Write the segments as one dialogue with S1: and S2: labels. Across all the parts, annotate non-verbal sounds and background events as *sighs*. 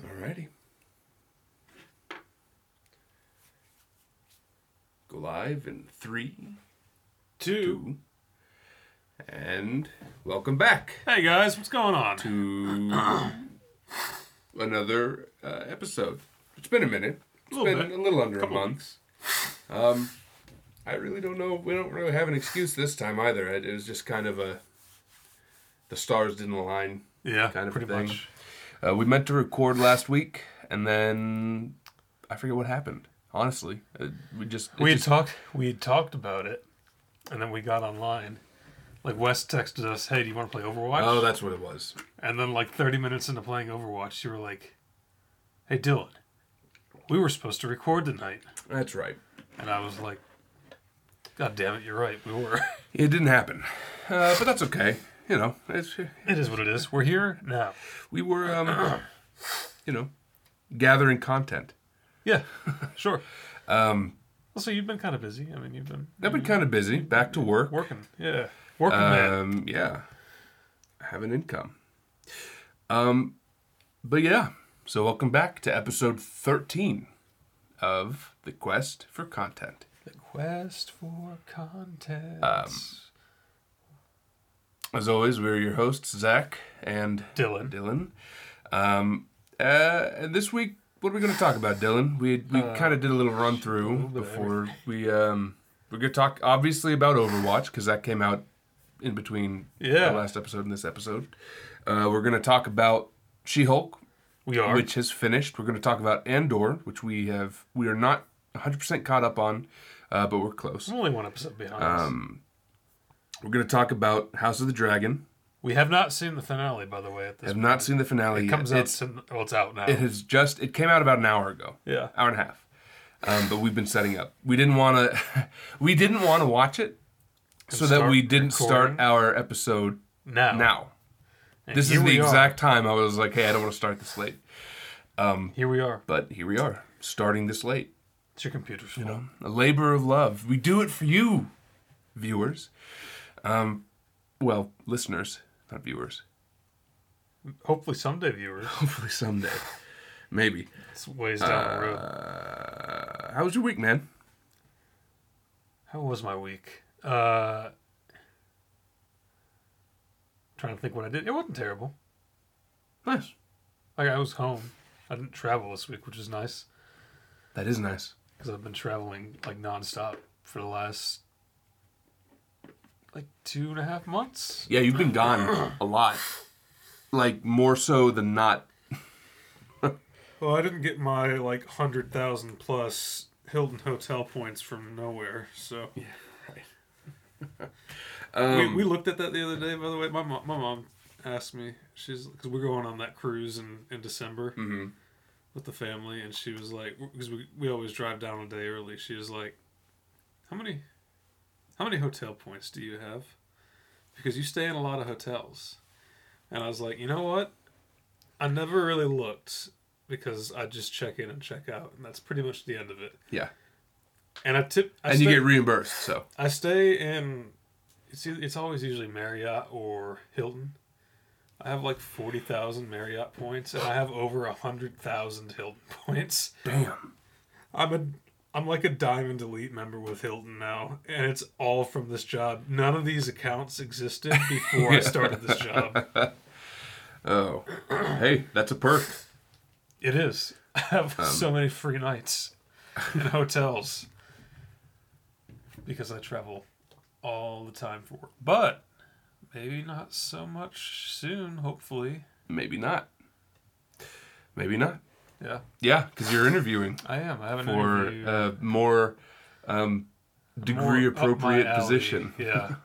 S1: Alrighty. Go live in three,
S2: Two.
S1: two, and welcome back
S2: Hey guys, what's going on?
S1: to *coughs* another uh, episode. It's been a minute. It's
S2: Little
S1: been
S2: bit.
S1: a little under a
S2: Couple
S1: month. Um, I really don't know. We don't really have an excuse this time either. It, it was just kind of a the stars didn't align
S2: Yeah,
S1: kind of
S2: pretty
S1: thing.
S2: much.
S1: Uh, we meant to record last week, and then I forget what happened. Honestly, uh, we just it
S2: We had
S1: just-
S2: talked. We had talked about it, and then we got online. Like Wes texted us, "Hey, do you want to play Overwatch?"
S1: oh, that's what it was.
S2: and then like 30 minutes into playing Overwatch, you were like, "Hey, Dylan, we were supposed to record tonight,"
S1: That's right.
S2: and I was like, "God damn it, you're right. We were. *laughs*
S1: It didn't happen, uh, but that's okay. You know, it's,
S2: it is what it is. We're here now."
S1: we were, um, *coughs* you know, gathering content.
S2: Yeah, *laughs* sure.
S1: Um,
S2: Also, you've been kind of busy. I mean, you've been
S1: I've been kind of busy. Back to work.
S2: working. Yeah, working man.
S1: Um, yeah, I have an income. Um, but yeah, so welcome back to episode thirteen of the quest for content.
S2: The quest for content.
S1: Um, As always, we're your hosts, Zach and
S2: Dylan.
S1: Dylan. Um, uh, and this week, what are we going to talk about, Dylan? We we kind of did a little run through
S2: Uh, bit of
S1: before we um we're going to talk obviously about Overwatch because that came out in between
S2: Yeah.
S1: the last episode and this episode. Uh, we're going to talk about She Hulk,
S2: We are.
S1: which has finished. We're going to talk about Andor, which we have we are not 100 percent caught up on, uh, but we're close.
S2: I'm only one episode behind. us.
S1: Um, we're going to talk about House of the Dragon.
S2: We have not seen the finale, by the way. At this,
S1: I've not seen the finale.
S2: it
S1: yet.
S2: comes out.
S1: It's-
S2: soon- well, it's out now.
S1: It has just. It came out about an hour ago,
S2: yeah,
S1: hour and a half. Um, but we've been setting up. We didn't want to. *laughs* we didn't want to watch it, so that
S2: start
S1: we didn't start
S2: recording?
S1: our episode
S2: now.
S1: now.
S2: And
S1: This
S2: here
S1: is the
S2: we are.
S1: exact time I was like, "Hey, I don't want to start this late."
S2: Here we are.
S1: But here we are, starting this late.
S2: It's your computer's fault.
S1: A labor of love. We do it for you, viewers. Um, well, listeners, not viewers. *laughs*
S2: Hopefully, someday,
S1: *sighs*
S2: viewers,
S1: Hopefully someday, maybe.
S2: it's ways down the road.
S1: Uh, how was your week, man?
S2: How was my week? Uh, trying to think what I did. It wasn't terrible.
S1: Nice.
S2: Like I was home. I didn't travel this week, which is nice
S1: That is nice.
S2: because I've been traveling like nonstop for the last like two and a half months.
S1: Yeah, you've been gone a lot. Like more so than not.
S2: Well, I didn't get my like hundred thousand plus Hilton hotel points from nowhere. So we,
S1: Um,
S2: we looked at that the other day. By the way, my mom, my mom asked me. She's because we're going on that cruise in in December
S1: Mhm.
S2: with the family, and she was like, because we we always drive down a day early. She was like, how many, how many hotel points do you have? Because you stay in a lot of hotels, and I was like, you know what? I never really looked because I just check in and check out, and that's pretty much the end of it.
S1: Yeah.
S2: And I tip. I
S1: and you
S2: stay-
S1: get reimbursed, so
S2: I stay in. It's e- it's always usually Marriott or Hilton. I have like forty thousand Marriott points, and I have over hundred thousand Hilton *laughs* points.
S1: damn.
S2: I'm a I'm like a diamond elite member with Hilton now, and it's all from this job. None of these accounts existed before I started this job.
S1: Oh. hey, that's a perk.
S2: It is. *laughs* I
S1: Um,
S2: have so many free nights in hotels because I travel all the time for work. But maybe not so much soon, hopefully.
S1: Maybe not. Maybe not.
S2: Yeah,
S1: Yeah, because you're
S2: *laughs*
S1: interviewing
S2: I am. I have an
S1: for
S2: interview.
S1: a more um,
S2: More
S1: degree
S2: up my
S1: appropriate
S2: alley.
S1: position.
S2: *laughs* Yeah.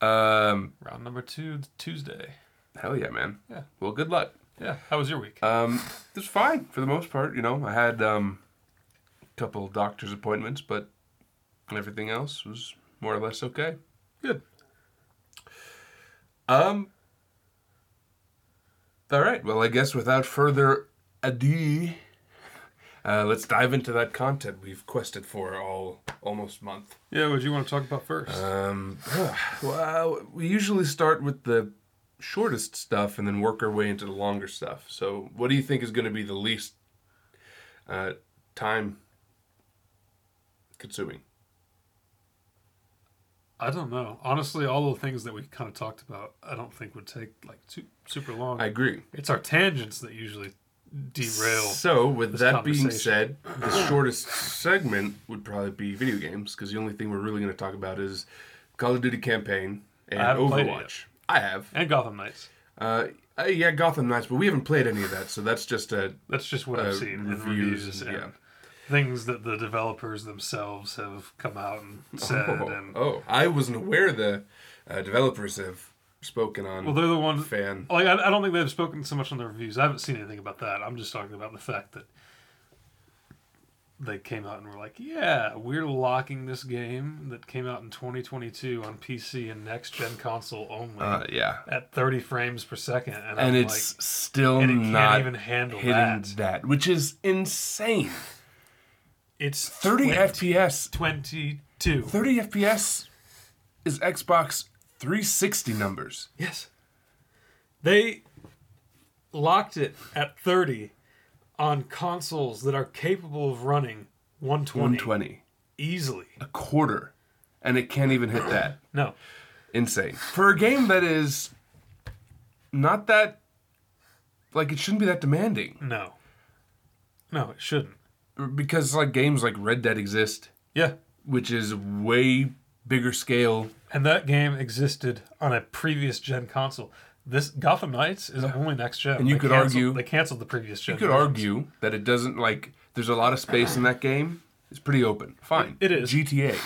S1: Um,
S2: Round number two, Tuesday.
S1: hell yeah, man.
S2: Yeah.
S1: Well, good luck.
S2: Yeah. How was your week?
S1: Um, it was fine for the most part. You know, I had um, a couple doctor's appointments, but everything else was more or less okay.
S2: Good.
S1: Um. All right. Well, I guess without further ado, uh, let's dive into that content we've quested for all almost month. Uh, *sighs*
S2: Yeah, what do you want to talk about first?
S1: Um, well, we usually start with the shortest stuff and then work our way into the longer stuff. So, what do you think is going to be the least uh, time consuming?
S2: I don't know. Honestly, all the things that we kind of talked about, I don't think would take like too, super long.
S1: I agree.
S2: it's our tangents that usually derail.
S1: So, with
S2: this
S1: that being said,
S2: conversation.
S1: the shortest segment would probably be video games because the only thing we're really going to talk about is Call of Duty campaign and
S2: haven't played it yet.
S1: Overwatch. I have.
S2: And Gotham Knights.
S1: Uh, uh, yeah, Gotham Knights, but we haven't played any of that, so that's just a
S2: That's just what
S1: Uh,
S2: I've seen in
S1: reviews
S2: reviews
S1: and-
S2: and
S1: yeah.
S2: things that the developers themselves have come out and said.
S1: *laughs* Oh,
S2: And
S1: oh, I wasn't aware the uh, developers have spoken on
S2: well, they're the ones.
S1: fan.
S2: Like I, I don't think they've spoken so much on the reviews. I haven't seen anything about that. I'm just talking about the fact that they came out and were like, "Yeah, we're locking this game that came out in 2022 on PC and next gen console only
S1: Uh, yeah,
S2: at 30 frames per second, and, I'm
S1: and it's still
S2: like, and it can't
S1: not
S2: even handle
S1: hitting
S2: that.
S1: that. which is insane.
S2: It's
S1: 30
S2: 20
S1: FPS,
S2: 22.
S1: 30 FPS is Xbox 360 numbers.
S2: Yes. They locked it at 30 on consoles that are capable of running 120,
S1: 120,
S2: easily.
S1: a quarter, and it can't even hit that.
S2: No.
S1: Insane for a game that is not that like it shouldn't be that demanding
S2: No. No, it shouldn't.
S1: because like games like Red Dead exist
S2: Yeah.
S1: which is way bigger scale.
S2: And that game existed on a previous gen console. This Gotham Knights is only next gen.
S1: And you
S2: They
S1: could
S2: canceled-
S1: argue-
S2: they canceled the previous gen.
S1: You could argue that it doesn't like there's a lot of space in that game. It's pretty open. Fine.
S2: It is.
S1: GTA.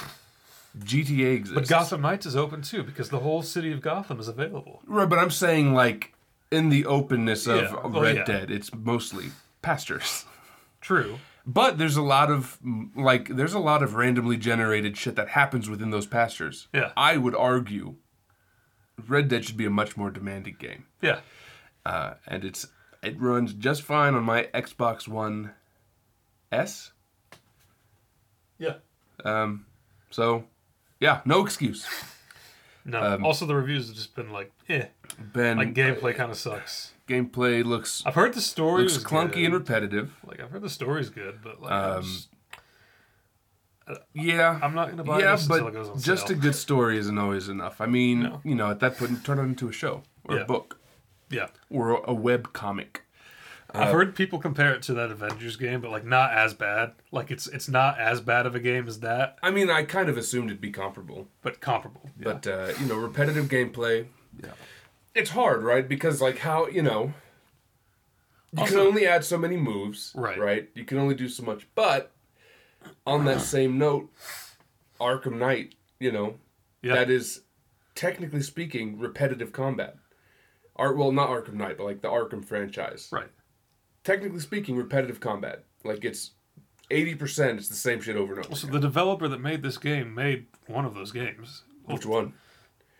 S1: GTA exists.
S2: But Gotham Knights is open too because the whole city of Gotham is available.
S1: right, but I'm saying like in the openness of
S2: Yeah, well,
S1: Red
S2: yeah.
S1: Dead, it's mostly pastures. *laughs*
S2: True.
S1: But there's a lot of mm, like there's a lot of randomly generated shit that happens within those pastures.
S2: Yeah.
S1: I would argue Red Dead should be a much more demanding game.
S2: Yeah.
S1: uh, and it's it runs just fine on my Xbox One S.
S2: Yeah.
S1: Um, so, yeah, no excuse.
S2: No.
S1: Um,
S2: also, the reviews have just been like, eh.
S1: Ben,
S2: Like gameplay kind of sucks.
S1: gameplay looks
S2: I've heard the story
S1: looks
S2: was
S1: clunky
S2: good. Um,
S1: and repetitive.
S2: like I've heard the story's good, but like I'm, just-
S1: Yeah,
S2: I'm not gonna buy
S1: yeah,
S2: this until
S1: but
S2: it goes on
S1: just
S2: sale.
S1: a good story isn't always enough. I mean,
S2: No.
S1: you know, at that point, turn it into a show or
S2: Yeah.
S1: a book
S2: yeah.
S1: or a web comic.
S2: I've heard people compare it to that Avengers game, but like not as bad. Like it's it's not as bad of a game as that,
S1: I mean, I kind of assumed it'd be comparable.
S2: but comparable.
S1: but uh, you know repetitive gameplay it's hard right because like how you know you can
S2: Also-
S1: only add so many moves
S2: Right.
S1: right you can only do so much but on
S2: Uh-huh.
S1: that same note arkham knight you know
S2: Yeah.
S1: that is technically speaking repetitive combat art well not arkham knight but like the arkham franchise
S2: Right.
S1: technically speaking repetitive combat like it's 80% it's the same shit over and over
S2: So
S1: again.
S2: the developer that made this game made one of those games.
S1: which one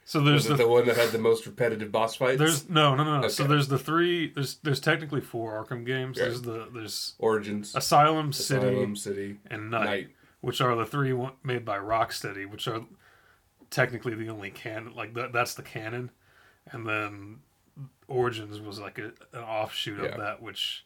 S2: So there's
S1: is it
S2: the,
S1: the one that had the most repetitive boss fights
S2: there's no no no. no. So
S1: Okay.
S2: there's the three there's there's technically four Arkham games.
S1: Yeah.
S2: There's the there's
S1: origins
S2: Asylum, City
S1: Asylum City.
S2: and Night.
S1: Night.
S2: which are the three one, made by Rocksteady, which are technically the only canon. Like that, that's the canon, and then Origins was like a, an offshoot
S1: Yeah.
S2: of that. Which,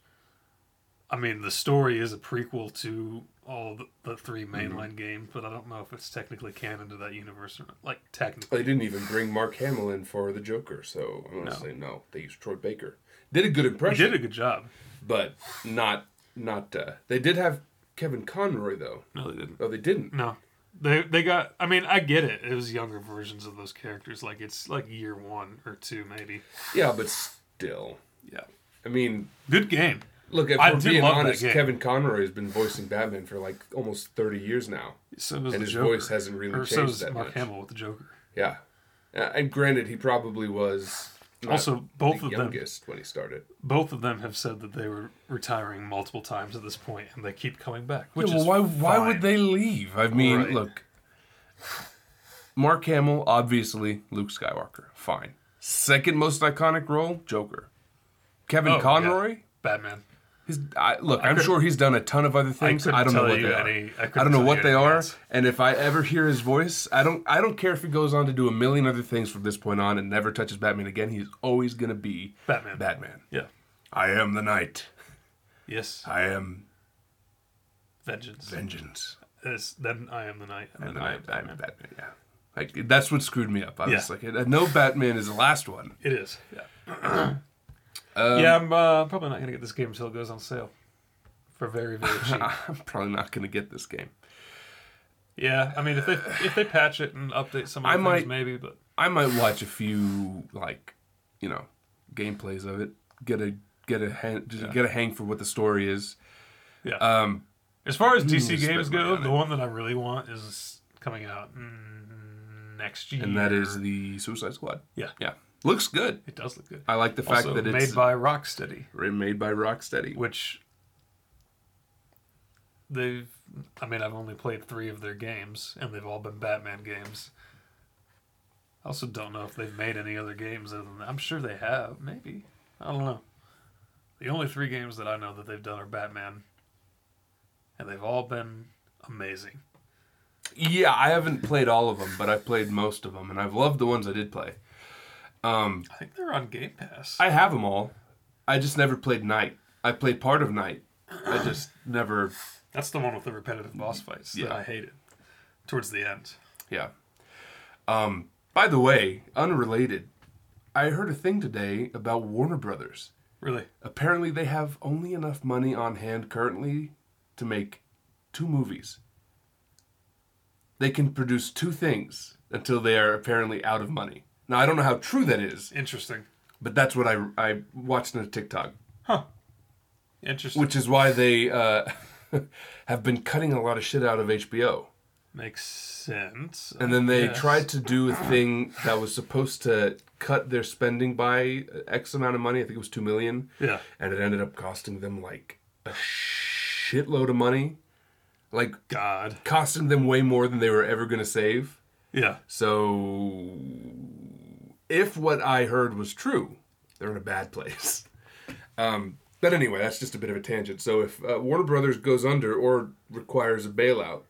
S2: I mean, the story is a prequel to all the, the three
S1: Mm-hmm.
S2: mainline games, but I don't know if it's technically canon to that universe or not. Like technically,
S1: They didn't even bring Mark Hamill in for the Joker, so I'm gonna say no. They used Troy Baker. Did a good
S2: he
S1: impression,
S2: did a good job.
S1: but not not. Uh, they did have Kevin Conroy though.
S2: No, they didn't.
S1: Oh, they didn't.
S2: No. They, they got I mean I get it it was younger versions of those characters like it's like year one or two maybe
S1: Yeah, but still,
S2: yeah
S1: I mean,
S2: good game
S1: look. If
S2: I
S1: we're
S2: did
S1: being
S2: love that
S1: honest,
S2: game.
S1: Kevin Conroy has been voicing Batman for like almost 30 years now,
S2: So was
S1: and
S2: the
S1: his
S2: Joker.
S1: voice hasn't really
S2: or
S1: changed
S2: so was
S1: that
S2: Mark
S1: much.
S2: Hamill with the Joker.
S1: Yeah, Uh, and granted, he probably was not
S2: Also, both
S1: the
S2: of them,
S1: youngest when he started.
S2: both of them have said that they were retiring multiple times at this point, and they keep coming back. Which
S1: Yeah, well,
S2: is
S1: why why
S2: fine.
S1: would they leave? I mean,
S2: Right.
S1: look. Mark Hamill, obviously Luke Skywalker. Fine. Second most iconic role, Joker. Kevin
S2: Oh, yeah.
S1: Conroy,
S2: Batman?
S1: His, I, look, I'm sure he's done a ton of other things.
S2: couldn't
S1: I, don't know
S2: tell
S1: what
S2: you
S1: they
S2: any- I
S1: are. I,
S2: couldn't
S1: don't know
S2: tell
S1: what
S2: you
S1: they
S2: anything
S1: are.
S2: else.
S1: And if I ever hear his voice, I don't. I don't care if he goes on to do a million other things from this point on and never touches Batman again. He's always going to be
S3: Batman.
S1: Batman.
S2: Yeah.
S1: I am the night.
S2: Yes.
S1: I am
S2: Vengeance.
S1: vengeance.
S2: Yes, then I am the knight. And,
S1: And
S2: then I am
S1: I am
S2: Batman.
S1: Batman. Yeah. Like that's what screwed me up. I was
S2: Yeah.
S1: like, I know Batman is the last one. *laughs*
S2: It is. *clears throat* Yeah.
S1: Um,
S2: yeah, I'm uh, probably not going to get this game until it goes on sale for very,
S1: *laughs*
S2: very cheap.
S1: I'm probably not going to get this game.
S2: yeah, I mean, if they if they patch it and update some of
S1: I
S2: the things,
S1: might-
S2: maybe, but
S1: I might watch a few like, you know, gameplays of it. Get a get a hang, just get a hang for what the story is.
S2: yeah.
S1: Um,
S2: as far as DC
S1: just spent
S2: games
S1: money
S2: go,
S1: on
S2: the
S1: it.
S2: one that I really want is coming out mm, next year,
S1: and that is the Suicide Squad.
S2: Yeah.
S1: yeah, looks good.
S2: it does look good.
S1: I like the fact
S2: also
S1: that
S2: made
S1: it's made by,
S2: by Rocksteady,
S1: made by Rocksteady.
S2: which they've. I mean, I've only played three of their games, and they've all been Batman games. I also don't know if they've made any other games other than that. I'm sure they have, maybe. I don't know. The only three games that I know that they've done are Batman, and they've all been amazing.
S1: Yeah, I haven't played all of them, but I've played most of them, and I've loved the ones I did play. Um,
S2: I think they're on Game Pass.
S1: I have them all. I just never played Night. I played part of Night. I just never.
S2: That's the one with the repetitive boss fights that
S1: Yeah.
S2: I hated towards the end.
S1: Yeah. Um, by the way, unrelated, I heard a thing today about Warner Brothers.
S2: Really?
S1: Apparently, they have only enough money on hand currently to make two movies. They can produce two things until they are apparently out of money. Now, I don't know how true that is,
S2: Interesting.
S1: but that's what I, I watched on a TikTok,
S2: Interesting.
S1: which is why they uh, *laughs* have been cutting a lot of shit out of HBO.
S2: Makes sense.
S1: And then they tried to do a thing that was supposed to cut their spending by uh, X amount of money. I think it was two million,
S2: Yeah.
S1: and it ended up costing them like a shitload of money, like
S2: God.
S1: costing them way more than they were ever going to save.
S2: Yeah.
S1: So, if what I heard was true, they're in a bad place. *laughs* Um, but anyway, that's just a bit of a tangent. So, if uh, Warner Brothers goes under or requires a bailout,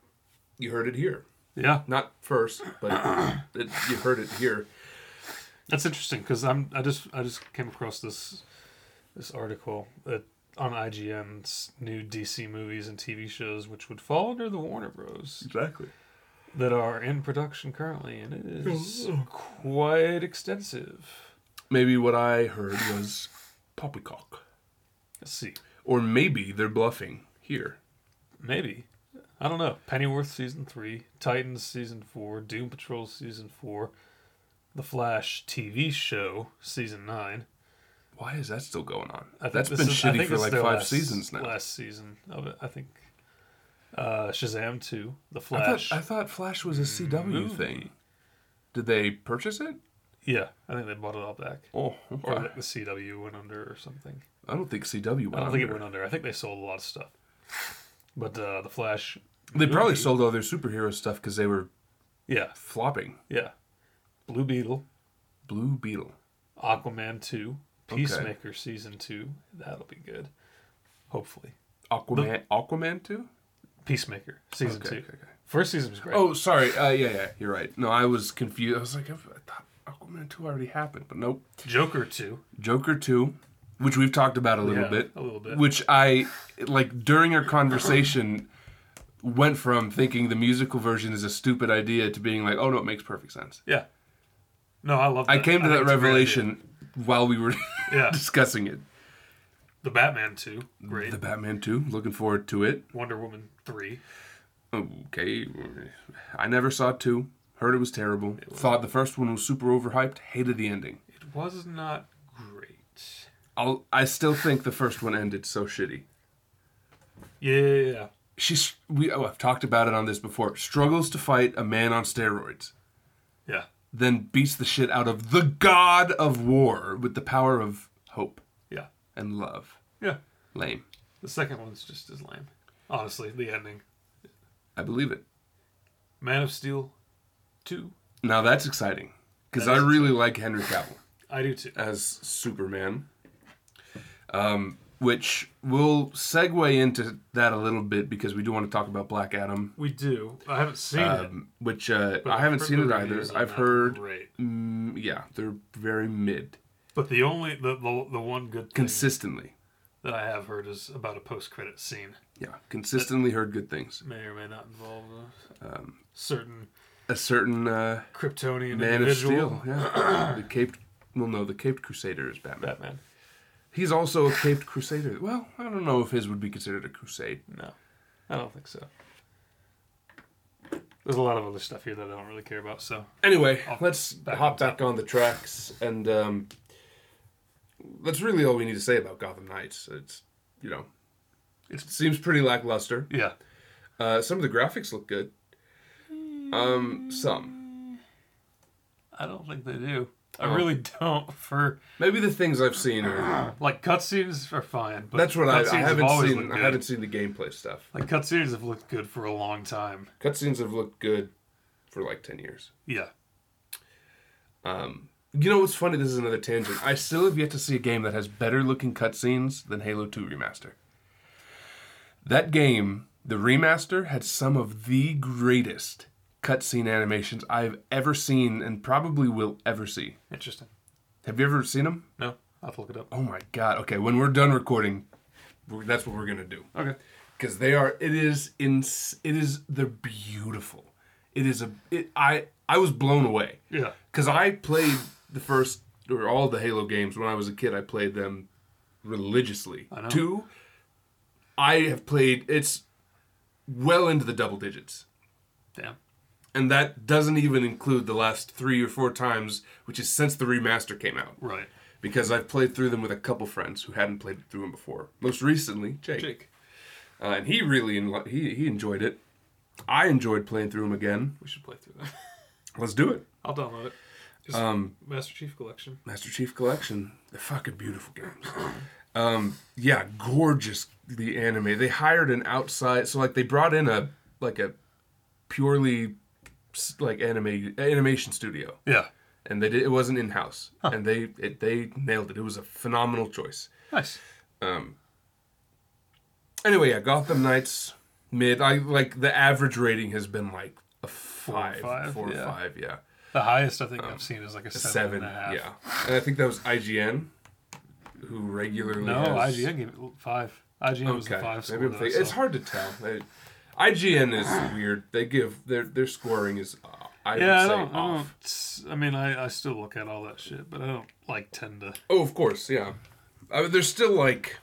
S1: you heard it here
S2: Yeah.
S1: not first, but
S2: *coughs*
S1: it, it, you heard it here.
S2: That's interesting because I'm I just I just came across this this article that on IGN's new DC movies and TV shows which would fall under the Warner Bros.
S1: Exactly.
S2: that are in production currently and it is quite extensive.
S1: Maybe what I heard was poppycock,
S2: Let's see.
S1: or maybe they're bluffing here.
S2: Maybe. I don't know. Pennyworth season three, Titans season four, Doom Patrol season four, The Flash TV show season nine.
S1: Why is that still going on?
S2: I think
S1: That's
S2: this
S1: been
S2: is- I
S1: shitty
S2: think
S1: for
S2: this is
S1: like
S2: their
S1: five
S2: last-
S1: seasons now.
S2: Last season of it, I think. Uh, Shazam two, The
S1: I
S2: Flash. Mm-hmm.
S1: thought I thought Flash was a CW thing. Did they purchase it?
S2: yeah, I think they bought it all back,
S1: Oh, okay.
S2: or like the CW went under or something.
S1: I don't think CW went.
S2: I don't think it
S1: under.
S2: went under. I think they sold a lot of stuff. But uh, The Flash.
S1: They probably
S2: movie-
S1: sold all their superhero stuff because they were
S2: Yeah,
S1: flopping.
S2: yeah. Blue Beetle,
S1: Blue Beetle.
S2: Aquaman 2,
S1: Okay.
S2: Peacemaker Season 2. That'll be good. Hopefully.
S1: Aquaman, Aquaman too.
S2: Peacemaker Season
S1: Okay,
S2: 2.
S1: okay, okay.
S2: First season was great.
S1: Oh, sorry. Uh, yeah, yeah, you're right. No, I was confused. I was like, I thought Aquaman 2 already happened, but nope.
S2: Joker 2.
S1: Joker 2, which we've talked about a little
S2: Yeah,
S1: bit.
S2: a little bit.
S1: Which I, like, during our conversation, went from thinking the musical version is a stupid idea to being like, oh, no, it makes perfect sense.
S2: Yeah. No, I love that.
S1: I came to
S2: think
S1: that
S2: it's a great
S1: revelation while we were
S2: idea. *laughs* Yeah.
S1: *laughs* discussing it.
S2: The Batman 2. Great.
S1: The Batman 2, looking forward to it.
S2: Wonder Woman 3.
S1: Okay. I never saw 2. Heard it was terrible. Thought the first one was super overhyped. Hated the ending.
S2: It was not great.
S1: I'll, I still think the first one ended so shitty.
S2: Yeah, yeah, yeah.
S1: She's we oh, I've talked about it on this before. Struggles to fight a man on steroids,
S2: Yeah.
S1: then beats the shit out of the god of war with the power of hope
S2: Yeah.
S1: and love.
S2: Yeah.
S1: Lame.
S2: The second one's just as lame. Honestly, the ending.
S1: I believe it.
S2: Man of Steel 2.
S1: Now that's exciting because
S2: That
S1: I
S2: is
S1: really like Henry Cavill
S2: I do too.
S1: as Superman. Um, which will segue into that a little bit because we do want to talk about Black Adam,
S2: We do. I haven't seen
S1: um, which uh,
S2: it.
S1: I haven't
S2: Heard
S1: seen
S2: the
S1: it either.
S2: reviews on
S1: I've
S2: that.
S1: heard,
S2: Great.
S1: mm, yeah, they're very mid
S2: But the only the the, the one good thing
S1: consistently.
S2: that I have heard is about a post credit scene.
S1: Yeah, consistently heard good things.
S2: May or may not involve a certain
S1: A certain uh,
S2: Kryptonian
S1: Um, man of
S2: individual.
S1: steel, yeah, the caped. Well, no, the caped crusader is Batman.
S3: Batman.
S1: He's also a caped crusader. Well, I don't know if his would be considered a crusade.
S3: No, I don't think so. There's a lot of other stuff here that I don't really care about. So
S1: Anyway,
S2: Off-
S1: let's
S2: back
S1: hop
S2: on
S1: back on the tracks, and um, that's really all we need to say about Gotham Knights. It's you know, it
S2: It's-
S1: seems pretty lackluster.
S2: Yeah.
S1: Uh, some of the graphics look good. Um, some
S2: I don't think they do. I
S3: Oh.
S2: really don't. For
S1: maybe the things I've seen are
S2: like cutscenes are fine, but
S1: that's what I,
S2: cutscenes
S1: I
S2: have
S1: haven't
S2: always
S1: seen.
S2: looked
S1: I
S2: good.
S1: haven't seen the gameplay stuff.
S2: Like cutscenes have looked good for a long time.
S1: Cutscenes have looked good for like ten years.
S2: Yeah.
S1: Um, you know what's funny? This is another tangent. I still have yet to see a game that has better looking cutscenes than Halo 2 Remaster. That game, the remaster, had some of the greatest cutscene animations I've ever seen and probably will ever see.
S2: Interesting.
S1: Have you ever seen them?
S2: No, I'll have to look it up.
S1: Oh my god. Okay, when we're done recording, we're, that's what we're going to do.
S2: Okay.
S1: Cuz they are it is in it is they're beautiful. It is a it, I I was blown away.
S2: Yeah.
S1: Because I played the first or all the Halo games when I was a kid. I played them religiously.
S2: I know.
S1: Two, I have played. It's well into the double digits,
S2: Damn.
S1: and that doesn't even include the last three or four times, which is since the remaster came out.
S2: Right.
S1: Because I've played through them with a couple friends who hadn't played through them before. Most recently, Jake,
S2: Jake.
S1: Uh, and he really enli- he he enjoyed it. I enjoyed playing through them again.
S3: we should play through that.
S2: *laughs*
S1: Let's do it.
S3: I'll download it. Just Master Chief Collection.
S1: Master Chief Collection. They're fucking beautiful games. *clears throat* Um, yeah, gorgeous the anime. They hired an outside, so like they brought in a like a purely s- like anime animation studio,
S2: Yeah.
S1: and they did, it wasn't in house, and they it, they nailed it. It was a phenomenal choice.
S2: Nice.
S1: Um, Anyway, yeah, Gotham Knights mid. I like the average rating has been like a five, four or five,
S2: five, yeah.
S1: yeah,
S2: The highest I think
S3: Um,
S2: I've seen is like a
S1: a
S2: seven
S1: seven,
S2: and a half.
S1: yeah. And I think that was IGN, who regularly
S2: No,
S1: has-
S2: IGN gave it five. IGN was the five score.
S1: Maybe I'm
S2: though,
S1: thinking- it's
S2: so-
S1: hard to tell. They- IGN
S2: *clears throat*
S1: is weird. They give their their scoring is uh, I
S2: Yeah,
S1: would
S2: I
S1: say
S2: don't. I, don't
S1: off.
S2: s- I mean, I, I still look at all that shit, but I don't like tend to.
S1: Oh, of course, yeah. I mean, they're still like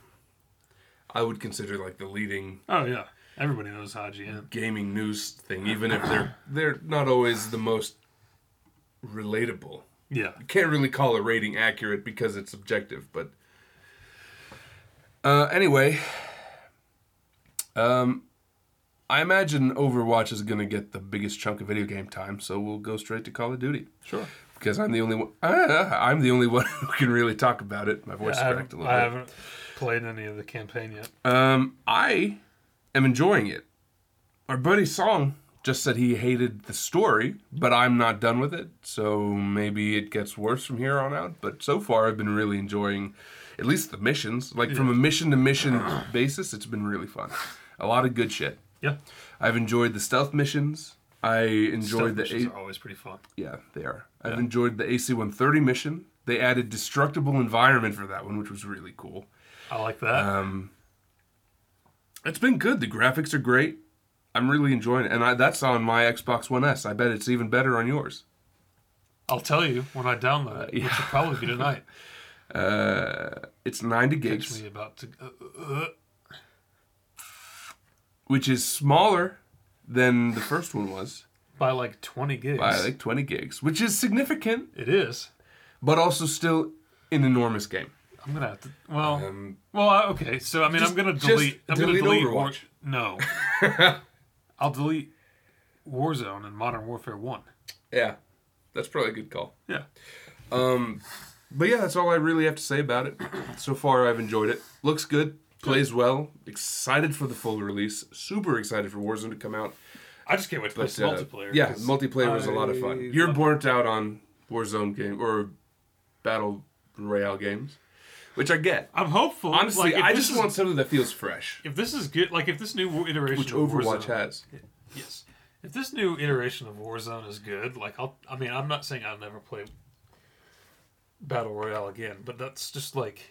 S1: I would consider like the leading
S2: Oh yeah, everybody knows IGN.
S1: gaming news thing, even if they're they're not always the most relatable.
S2: Yeah,
S1: You can't really call a rating accurate because it's subjective, but uh, anyway, um, I imagine Overwatch is going to get the biggest chunk of video game time, so we'll go straight to Call of Duty
S2: sure.
S1: because I'm the only one. *laughs* Uh, I'm the only one who can really talk about it. My voice
S2: I
S1: is cracked
S2: haven't,
S1: a
S2: I
S1: little bit.
S2: haven't played any of the campaign yet.
S1: Um, I am enjoying it. Our buddy Song just said he hated the story, but I'm not done with it, so maybe it gets worse from here on out. But so far, I've been really enjoying at least the missions. Like from a mission to mission *clears throat* basis, it's been really fun. A lot of good shit.
S2: Yeah,
S1: I've enjoyed the stealth missions. I enjoyed the
S2: missions
S1: A-
S2: are always pretty fun.
S1: yeah, they are. I've enjoyed the AC-130 mission. They added destructible environment for that one, which was really cool.
S2: I like that.
S1: Um, it's been good. The graphics are great. I'm really enjoying it, and I, that's on my Xbox One S. I bet it's even better on yours.
S2: I'll tell you when I download it, which will probably
S1: *laughs*
S2: be tonight.
S1: Uh, it's 90
S2: Catch
S1: gigs,
S2: me about to. Uh, uh,
S1: which is smaller than the first one was
S2: by like twenty gigs.
S1: by like 20 gigs, which is significant,
S2: it is.
S1: but also still an enormous game.
S2: I'm gonna have to. Well,
S1: Um,
S2: well, I- okay. So I mean,
S1: Just-
S2: I'm gonna
S1: just
S2: delete. I'm
S1: delete
S2: gonna delete
S1: Overwatch.
S2: War-
S1: *laughs*
S2: no, I'll delete Warzone and Modern Warfare One.
S1: yeah, that's probably a good call.
S2: Yeah.
S1: Um, but yeah, that's all I really have to say about it. *clears throat* So far, I've enjoyed it. Looks good, plays well. Excited for the full release. Super excited for Warzone to come out.
S2: I just can't wait to play
S1: But, uh,
S2: multiplayer.
S1: Yeah,
S2: 'cause
S1: multiplayer was a lot of fun.
S2: I
S1: You're
S2: love-
S1: burnt out on Warzone game or battle royale games, which I get.
S2: I'm hopeful.
S1: Honestly,
S2: like, if
S1: I
S2: this
S1: just
S2: is-
S1: want something that feels fresh,
S2: if this is good, like if this new iteration
S1: which
S2: of
S1: Overwatch
S2: Warzone-
S1: has.
S2: Yes. If this new iteration of Warzone is good, like I'll I mean, I'm not saying I'll never play Battle Royale again, but that's just like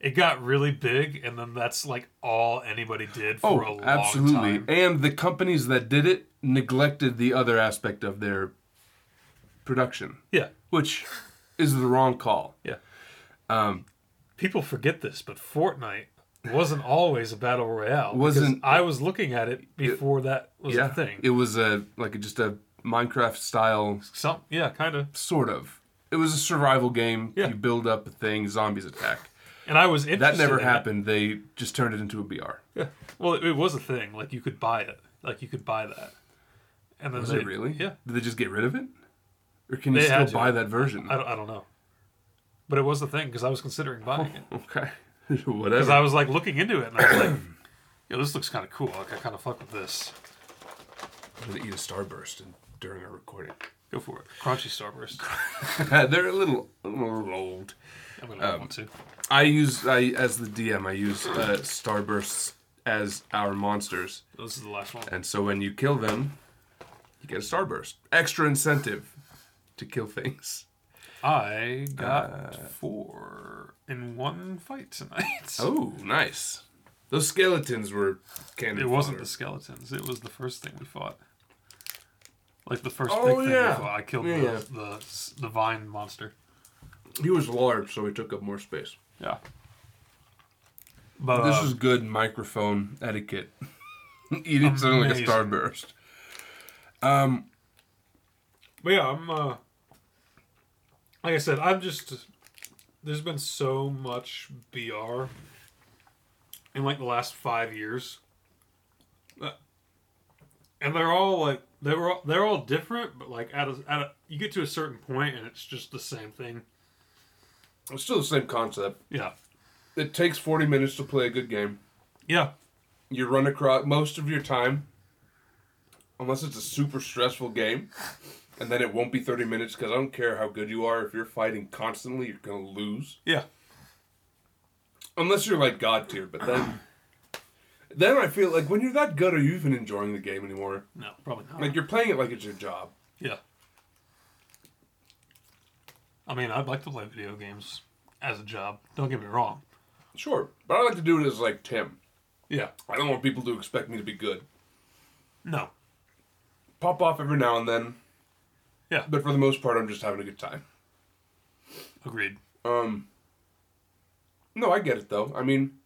S2: it got really big and then that's like all anybody did for a
S1: Oh,
S2: long
S1: absolutely.
S2: time.
S1: And the companies that did it neglected the other aspect of their production,
S2: Yeah.
S1: which is the wrong call.
S2: Yeah.
S1: Um,
S2: People forget this, but Fortnite wasn't always a battle royale. because
S1: Wasn't-
S2: I was looking at it before that was
S1: yeah,
S2: a thing.
S1: it was a like just a Minecraft style
S2: Some yeah, kind of.
S1: sort of. It was a survival game.
S2: Yeah.
S1: You build up a thing, zombies attack.
S2: And I was interested
S1: That never
S2: in
S1: happened. They just turned it into a BR.
S2: Well, it, it was a thing. Like you could buy it. Like you could buy that. And then
S1: Was
S2: they-
S1: it really?
S2: Yeah.
S1: Did they just get rid of it? Or can you
S2: They
S1: still
S2: had to.
S1: buy that version?
S2: I don't, I don't know. But it was the thing because I was considering buying it. *laughs*
S1: Okay.
S2: Because
S1: Whatever.
S2: I was like looking into it and I was like, yo, this looks kind of cool. Like, I kind of fuck with this.
S1: I'm gonna eat a starburst and, during our recording.
S2: Go for it. Crunchy
S1: *laughs*
S2: Starburst.
S1: They're a little, a little old.
S2: I'm going to
S1: Um,
S2: have one too.
S1: I use I as the DM. I use uh, starbursts as our monsters,
S2: This is the last one.
S1: and so when you kill them, you get a starburst. Extra incentive to kill things.
S2: I got
S1: Uh,
S2: four in one fight tonight. *laughs*
S1: Oh, nice. Those skeletons were candy.
S2: it wasn't the
S1: fodder.
S2: skeletons. It was the first thing we fought. Like the first
S1: Oh,
S2: big thing
S1: yeah.
S2: we fought. I killed
S1: Yeah,
S2: the,
S1: yeah.
S2: the the vine monster.
S1: He was large, so he took up more space.
S2: Yeah. But
S1: This
S2: uh,
S1: is good microphone etiquette. *laughs* Eating something like a
S2: Amazing.
S1: starburst.
S2: But yeah, I'm uh like I said, I'm just there's been so much BR in like the last five years. Uh, And they're all like they were all, they're all different, but like at a, at a, you get to a certain point and it's just the same thing.
S1: It's still the same concept.
S2: Yeah.
S1: It takes 40 minutes to play a good game.
S2: Yeah.
S1: You run across most of your time, unless it's a super stressful game, and then it won't be 30 minutes because I don't care how good you are. If you're fighting constantly, you're going to lose.
S2: Yeah.
S1: Unless you're like God tier, but then. Then I feel like when you're that good, are you even enjoying the game anymore?
S2: No, probably not.
S1: Like you're playing it like it's your job.
S2: yeah. I mean, I'd like to play video games as a job. Don't get me wrong.
S1: Sure, but I like to do it as like Tim.
S2: Yeah.
S1: I don't want people to expect me to be good.
S2: No.
S1: Pop off every now and then.
S2: Yeah.
S1: But for the most part, I'm just having a good time.
S2: Agreed.
S1: Um, no, I get it though. I mean,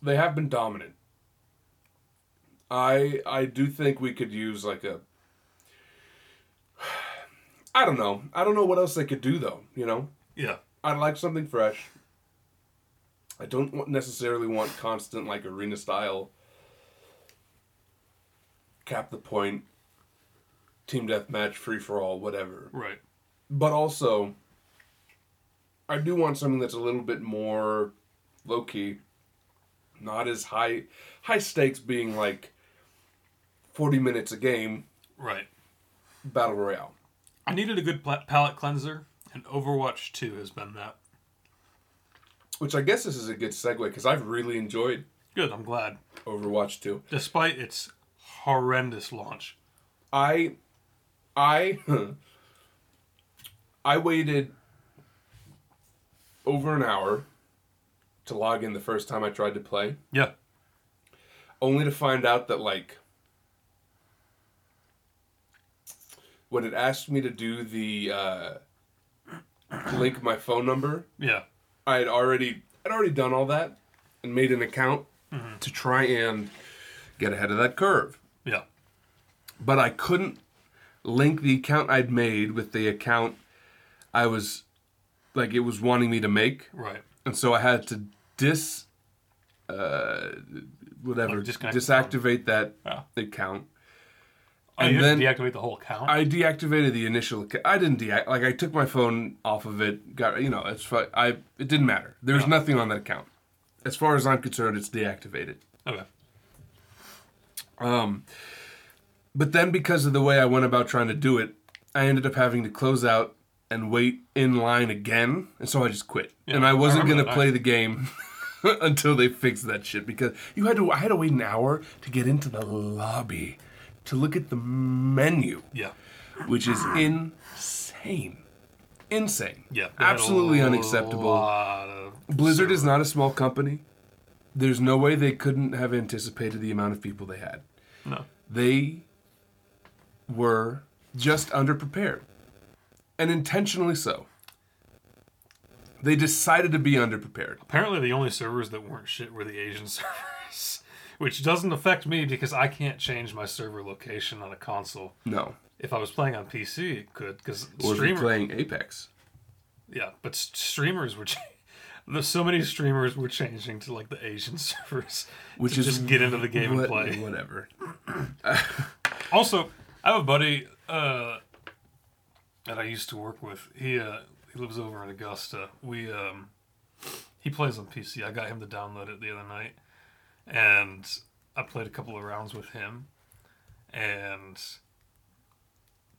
S1: they have been dominant. I I do think we could use like a. *sighs* I don't know. I don't know what else they could do though. You know,
S2: Yeah.
S1: I'd like something fresh. I don't want, necessarily want constant like arena style. Cap the point. Team deathmatch, free for all, whatever
S2: Right.
S1: but also I do want something that's a little bit more low key, not as high high stakes being like 40 minutes a game
S2: Right.
S1: battle royale.
S2: I needed a good pla- palate cleanser, and Overwatch 2 has been that.
S1: Which I guess this is a good segue because I've really enjoyed
S2: Good, I'm glad.
S1: Overwatch 2.
S2: Despite its horrendous launch.
S1: I I *laughs* I waited over an hour to log in the first time I tried to play.
S2: Yeah.
S1: only to find out that like when it asked me to do the uh, link my phone number
S2: Yeah.
S1: i had already i'd already done all that and made an account to try and get ahead of that curve
S2: Yeah.
S1: but i couldn't link the account i'd made with the account i was like it was wanting me to make
S2: Right.
S1: and so I had to dis, uh, whatever,
S2: Like disconnect the
S1: disactivate that
S2: Yeah.
S1: account.
S2: Oh,
S1: And
S2: you
S1: then
S2: didn't deactivate the whole account?
S1: I deactivated the initial. acc- I didn't deact. Like I took my phone off of it. Got you know. It's fi- I. It didn't matter. There's
S2: Yeah.
S1: nothing on that account. As far as I'm concerned, it's deactivated.
S2: okay.
S1: Um, but then because of the way I went about trying to do it, I ended up having to close out and wait in line again, and so I just quit. and I wasn't
S2: remember
S1: gonna
S2: that
S1: play the game *laughs* until they fixed that shit because you had to. I had to wait an hour to get into the lobby to look at the menu,
S2: Yeah.
S1: which is insane, insane,
S2: Ah. Yeah. They had a
S1: absolutely unacceptable.
S2: lot of-
S1: Blizzard is not a small company. There's no way they couldn't have anticipated the amount of people they had.
S2: No.
S1: They were just underprepared, and intentionally so. They decided to be underprepared.
S2: Apparently, the only servers that weren't shit were the Asian *laughs* servers, which doesn't affect me because I can't change my server location on a console.
S1: No,
S2: If I was playing on PC, it could because
S1: or if you're
S2: streamers.
S1: playing Apex.
S2: Yeah, but s- streamers were. Ch- *laughs* there's so many streamers were changing to like the Asian *laughs* servers,
S1: Which
S2: to
S1: is
S2: just get into the game
S1: What-
S2: and play.
S1: Whatever.
S2: Also, I have a buddy uh, that I used to work with. He uh, he lives over in Augusta. We um, he plays on PC. I got him to download it the other night, and I played a couple of rounds with him. And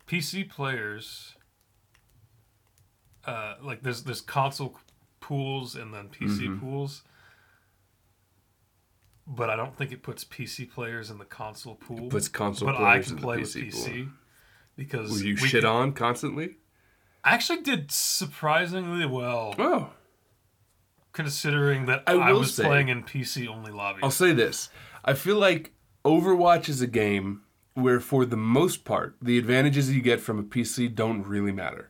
S2: PC players, uh, like there's there's console pools and then PC pools. But I don't think it puts PC players in the console pool.
S1: puts console
S2: but I
S1: players
S2: can
S1: in the
S2: play
S1: PC
S2: with
S1: pool.
S2: PC because
S1: Were you
S2: we
S1: shit
S2: can-
S1: on constantly?
S2: I actually did surprisingly well
S1: Oh,
S2: considering that
S1: I
S2: I,
S1: will
S2: was
S1: say-
S2: playing in PC only lobbies.
S1: I'll say this. I feel like Overwatch is a game where, for the most part, the advantages you get from a PC don't really matter.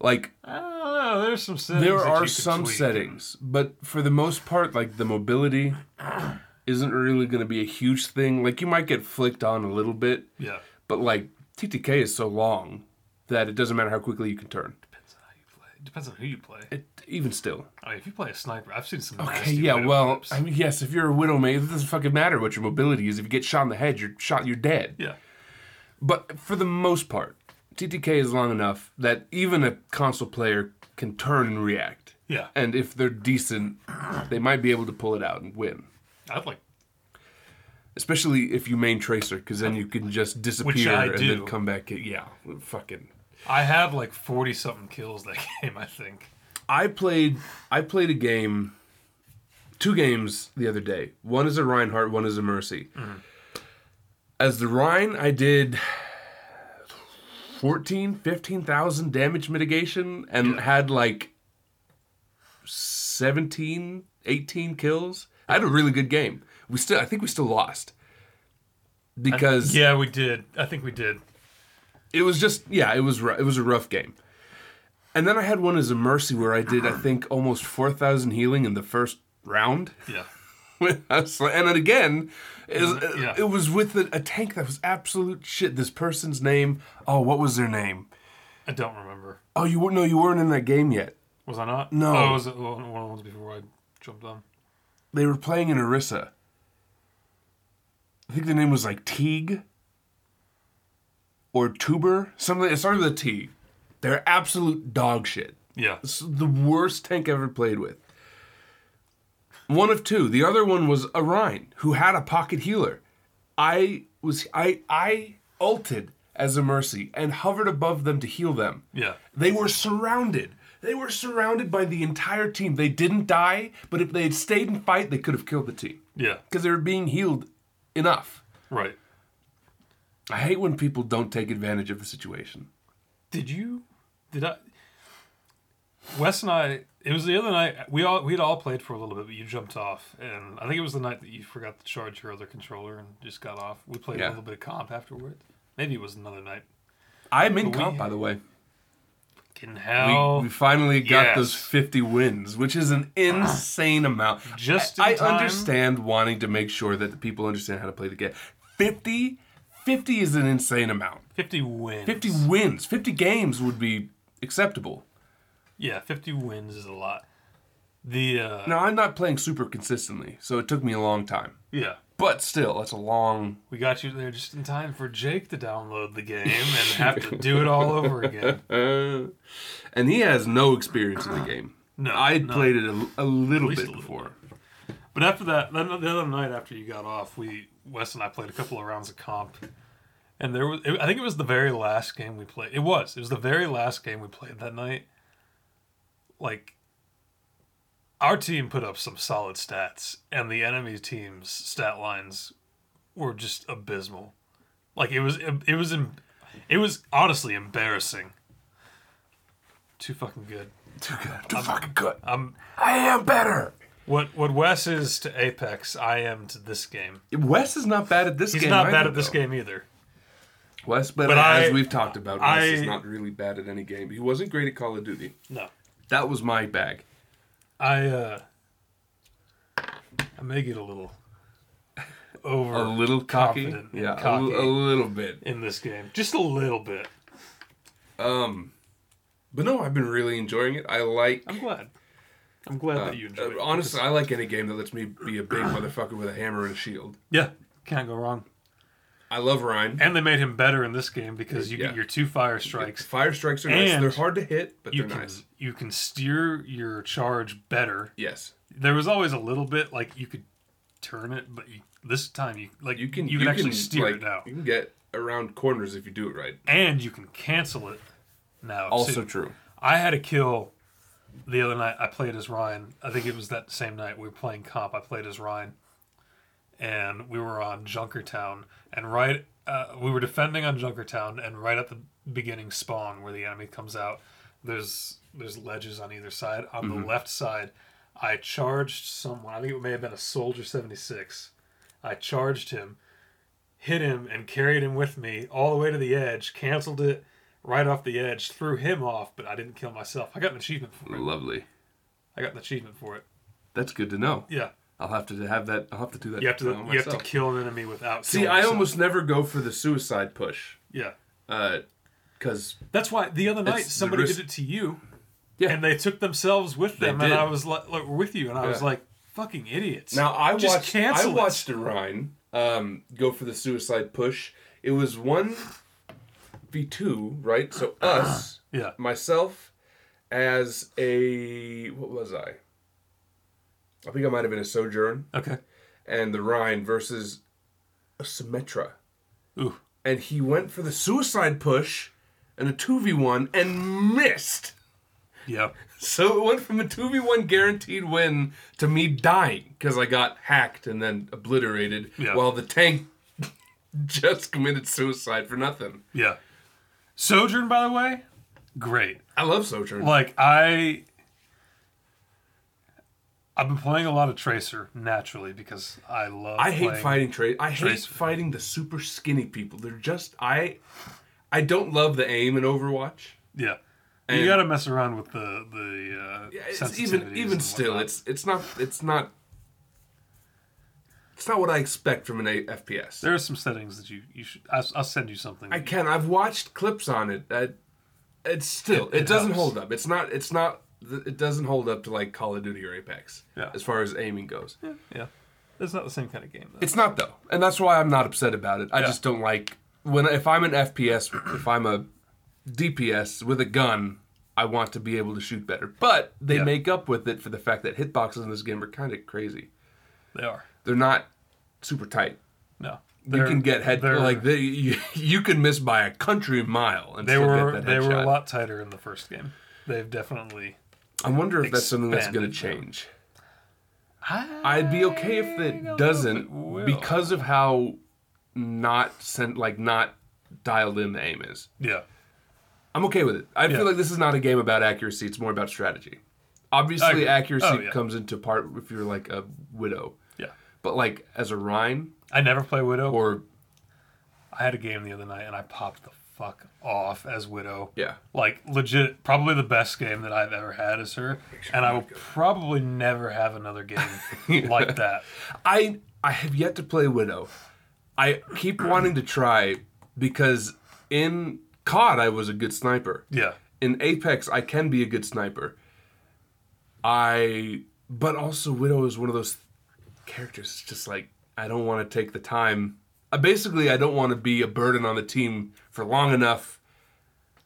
S1: Like,
S2: I don't know. There's some settings.
S1: there
S2: that you
S1: are
S2: could
S1: some
S2: tweak.
S1: settings, but for the most part, like, the mobility *clears throat* isn't really going to be a huge thing. Like, you might get flicked on a little bit,
S2: Yeah.
S1: but, like, TTK is so long that it doesn't matter how quickly you can turn.
S2: Depends on how you play. Depends on who you play.
S1: It, even still.
S2: I mean, if you play a sniper, I've seen some.
S1: Okay,
S2: nasty
S1: yeah,
S2: widow
S1: well,
S2: clips.
S1: I mean, yes, if you're a widowmaker, it doesn't fucking matter what your mobility is. If you get shot in the head, you're shot, you're dead.
S2: yeah,
S1: But for the most part, TTK is long enough that even a console player can turn and react.
S2: yeah.
S1: And if they're decent, they might be able to pull it out and win.
S2: I'd like,
S1: Especially if you main Tracer, because then you can just disappear
S2: I
S1: and
S2: do.
S1: then come back. In. Yeah, fucking.
S2: I have like forty something kills that *laughs* game. I think.
S1: I played. I played a game, two games the other day. One is a Reinhardt, one is a Mercy.
S2: Mm-hmm.
S1: As the Rhine, I did 14, 15,000 damage mitigation and had like 17, 18 kills. I had a really good game. We still, I think we still lost because
S2: Yeah, we did. I think we did.
S1: it was just yeah, it was rough, it was a rough game. And then I had one as a mercy where I did I think almost four thousand healing in the first round. *laughs*
S2: Yeah,
S1: and then again, it was,
S2: Yeah.
S1: it was with a, a tank that was absolute shit. This person's name, oh, what was their name?
S2: I don't remember.
S1: Oh, you weren't no, you weren't in that game yet.
S2: Was I not?
S1: No.
S2: Oh, was it one one of the ones before I jumped on?
S1: They were playing in Orissa. I think the name was like Teague or Tuber, something. It started with a T. They're absolute dog shit.
S2: Yeah.
S1: It's the worst tank ever played with. One of two. The other one was a Rhine who had a pocket healer. I was I I ulted as a mercy and hovered above them to heal them.
S2: Yeah.
S1: They were surrounded. They were surrounded by the entire team. They didn't die, but if they had stayed and fight, they could have killed the team
S2: Yeah.
S1: because they were being healed enough.
S2: Right.
S1: I hate when people don't take advantage of the situation.
S2: Did you? Did I? Wes and I. It was the other night. We all we'd all played for a little bit, but you jumped off, and I think it was the night that you forgot to charge your other controller and just got off. We played
S1: Yeah.
S2: a little bit of comp afterwards. Maybe it was another night.
S1: I'm in
S2: We-
S1: comp, by the way.
S2: Fucking
S1: We,
S2: hell!
S1: we finally got
S2: Oh, yes.
S1: those 50 wins, which is an insane amount.
S2: Just in
S1: I, I
S2: time.
S1: understand wanting to make sure that the people understand how to play the game. 50 50 is an insane amount.
S2: fifty wins.
S1: 50 wins, 50 games would be acceptable.
S2: Yeah, fifty wins is a lot. The uh,
S1: Now, I'm not playing super consistently, so it took me a long time.
S2: yeah,
S1: But still, that's a long
S2: we got you there just in time for Jake to download
S1: *laughs*
S2: the game and have to do it all over again.
S1: Uh, and he has no experience in the game.
S2: No,
S1: I
S2: no.
S1: played it a, a little
S2: least
S1: bit
S2: a little
S1: before.
S2: But after that, the the other night after you got off, we Wes and I played a couple of rounds of comp, And there was, it, I think it was the very last game we played. It was, it was the very last game we played that night. Like, our team put up some solid stats, and the enemy team's stat lines were just abysmal. Like it was, it, it was, em- it was honestly embarrassing. Too fucking good.
S1: Too good. Too fucking good.
S2: I'm
S1: I am better.
S2: what what Wes is to Apex, I am to this game.
S1: Wes is not bad at this
S2: He's
S1: game.
S2: not
S1: either,
S2: bad at this
S1: though.
S2: game either.
S1: Wes, but,
S2: But
S1: as
S2: I-
S1: we've talked about, Wes
S2: I-
S1: is not really bad at any game. He wasn't great at Call of Duty.
S2: No,
S1: That was my bag.
S2: I uh, I may get a
S1: *laughs*
S2: little over
S1: A little cocky.
S2: confident and
S1: Yeah, a
S2: cocky.
S1: l- a little bit.
S2: in this game, just a little bit.
S1: Um, but no, I've been really enjoying it. I like.
S2: I'm glad. I'm glad
S1: uh,
S2: that you enjoyed.
S1: uh,
S2: it.
S1: honestly, I like any game that lets me be a big motherfucker with a hammer and a shield.
S2: yeah, can't go wrong.
S1: I love Ryan.
S2: And they made him better in this game because you
S1: Yeah.
S2: get your two fire strikes.
S1: Fire strikes are nice.
S2: And
S1: They're hard to hit, but
S2: You
S1: they're
S2: can
S1: nice.
S2: you can steer your charge better.
S1: Yes.
S2: There was always a little bit like you could turn it, but you, this time you like
S1: You can
S2: you can actually steer
S1: like,
S2: it now,
S1: You can get around corners if you do it right.
S2: and you can cancel it now.
S1: Also
S2: too.
S1: true.
S2: I had a kill the other night. I played as Ryan. I think it was that same night we were playing comp. I played as Ryan, and we were on Junkertown. And right, uh, we were defending on Junkertown, and right at the beginning spawn where the enemy comes out, there's there's ledges on either side. On the left side, I charged someone. I think it may have been a Soldier seventy six. I charged him, hit him, and carried him with me all the way to the edge. Canceled it right off the edge, threw him off, but I didn't kill myself. I got an achievement for it.
S1: Lovely.
S2: I got an achievement for it.
S1: That's good to know.
S2: Yeah,
S1: I'll have to have that. I'll have to do that.
S2: you have to
S1: uh,
S2: you have to
S1: myself.
S2: kill an enemy without.
S1: See,
S2: killing
S1: I
S2: yourself.
S1: almost never go for the suicide push, uh,
S2: yeah.
S1: because
S2: That's why the other night
S1: It's the
S2: somebody
S1: risk-
S2: did it to you,
S1: Yeah.
S2: and they took themselves with
S1: They
S2: them, and
S1: did.
S2: I was like, like with you, and I was
S1: Yeah.
S2: like, fucking idiots.
S1: now I
S2: Just
S1: watched. I
S2: cancel it.
S1: watched Ryan um, go for the suicide push. It was one v two, right? *clears throat* So us,
S2: yeah,
S1: myself, as a what was I? I think I might have been a sojourn,
S2: okay,
S1: and the Rhine versus a Symmetra.
S2: ooh,
S1: and he went for the suicide push and a 2v1 and missed.
S2: yeah,
S1: So it went from a 2v1 guaranteed win to me dying because I got hacked and then obliterated
S2: Yeah.
S1: while the tank *laughs* just committed suicide for nothing.
S2: yeah. Sojourn, by the way, great.
S1: I love Sojourn.
S2: like i i've been playing a lot of tracer naturally because i love
S1: I hate
S2: playing-
S1: fighting trade. I hate
S2: Trace-
S1: fighting the super skinny people. They're just I I don't love the aim in Overwatch.
S2: yeah
S1: And-
S2: you gotta mess around with the the uh
S1: Yeah, it's
S2: sensitivities
S1: even even
S2: and
S1: still
S2: whatnot.
S1: it's it's not it's not it's not what I expect from an A- FPS.
S2: there are some settings that you you should i'll, I'll send you something
S1: I can. I've watched clips on it. I, it's still. It,
S2: It- it
S1: doesn't
S2: helps.
S1: hold up. It's not. It's not. It doesn't hold up to like Call of Duty or Apex.
S2: Yeah.
S1: As far as aiming goes,
S2: yeah it's not the same kind of game though
S1: it's not though, and that's why I'm not upset about it. I just don't like when if I'm an FPS, if I'm a DPS with a gun, I want to be able to shoot better. But they
S2: Yeah.
S1: make up with it for the fact that hitboxes in this game are kind of crazy.
S2: they are
S1: They're not super tight.
S2: no
S1: You can get head
S2: they're-
S1: like they, you, you can miss by a country mile and
S2: they
S1: still get
S2: were
S1: that
S2: they were
S1: headshot.
S2: a lot tighter in the first game they've definitely
S1: I wonder if that's something that's going
S2: expanded
S1: to change.
S2: I,
S1: I'd be okay if it doesn't
S2: will.
S1: because of how not sent like not dialed in the aim is.
S2: yeah
S1: I'm okay with it. I
S2: Yeah.
S1: feel like this is not a game about accuracy, it's more about strategy. Obviously
S2: agree.
S1: accuracy
S2: Oh, yeah.
S1: comes into part if you're like a widow.
S2: yeah
S1: But like as a rhyme
S2: i never play widow
S1: or
S2: I had a game the other night and I popped the fuck off as Widow.
S1: yeah.
S2: Like legit, probably the best game that I've ever had is her, and I will probably never have
S1: *laughs*
S2: another game like that.
S1: I I have yet to play Widow. I keep wanting to try because in COD I was a good sniper.
S2: Yeah,
S1: in Apex, I can be a good sniper. I, but also Widow is one of those characters. It's just like I don't want to take the time. I basically I don't want to be a burden on the team for long enough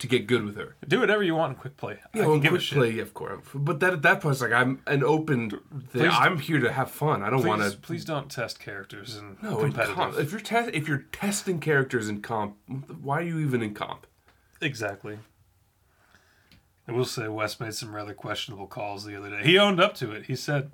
S1: to get good with her.
S2: Do whatever you want in quick play.
S1: Yeah,
S2: I
S1: well,
S2: can give a
S1: quick
S2: shit.
S1: play, of course. But that at that point, it's like I'm an open. Thing.
S2: Please-
S1: I'm here to have fun. I don't
S2: Please,
S1: want to.
S2: please don't test characters in
S1: No, in
S2: competitive.
S1: comp, if you're test, if you're testing characters in comp, why are you even in comp?
S2: Exactly. I will say Wes made some rather questionable calls the other day. He owned up to it. He said,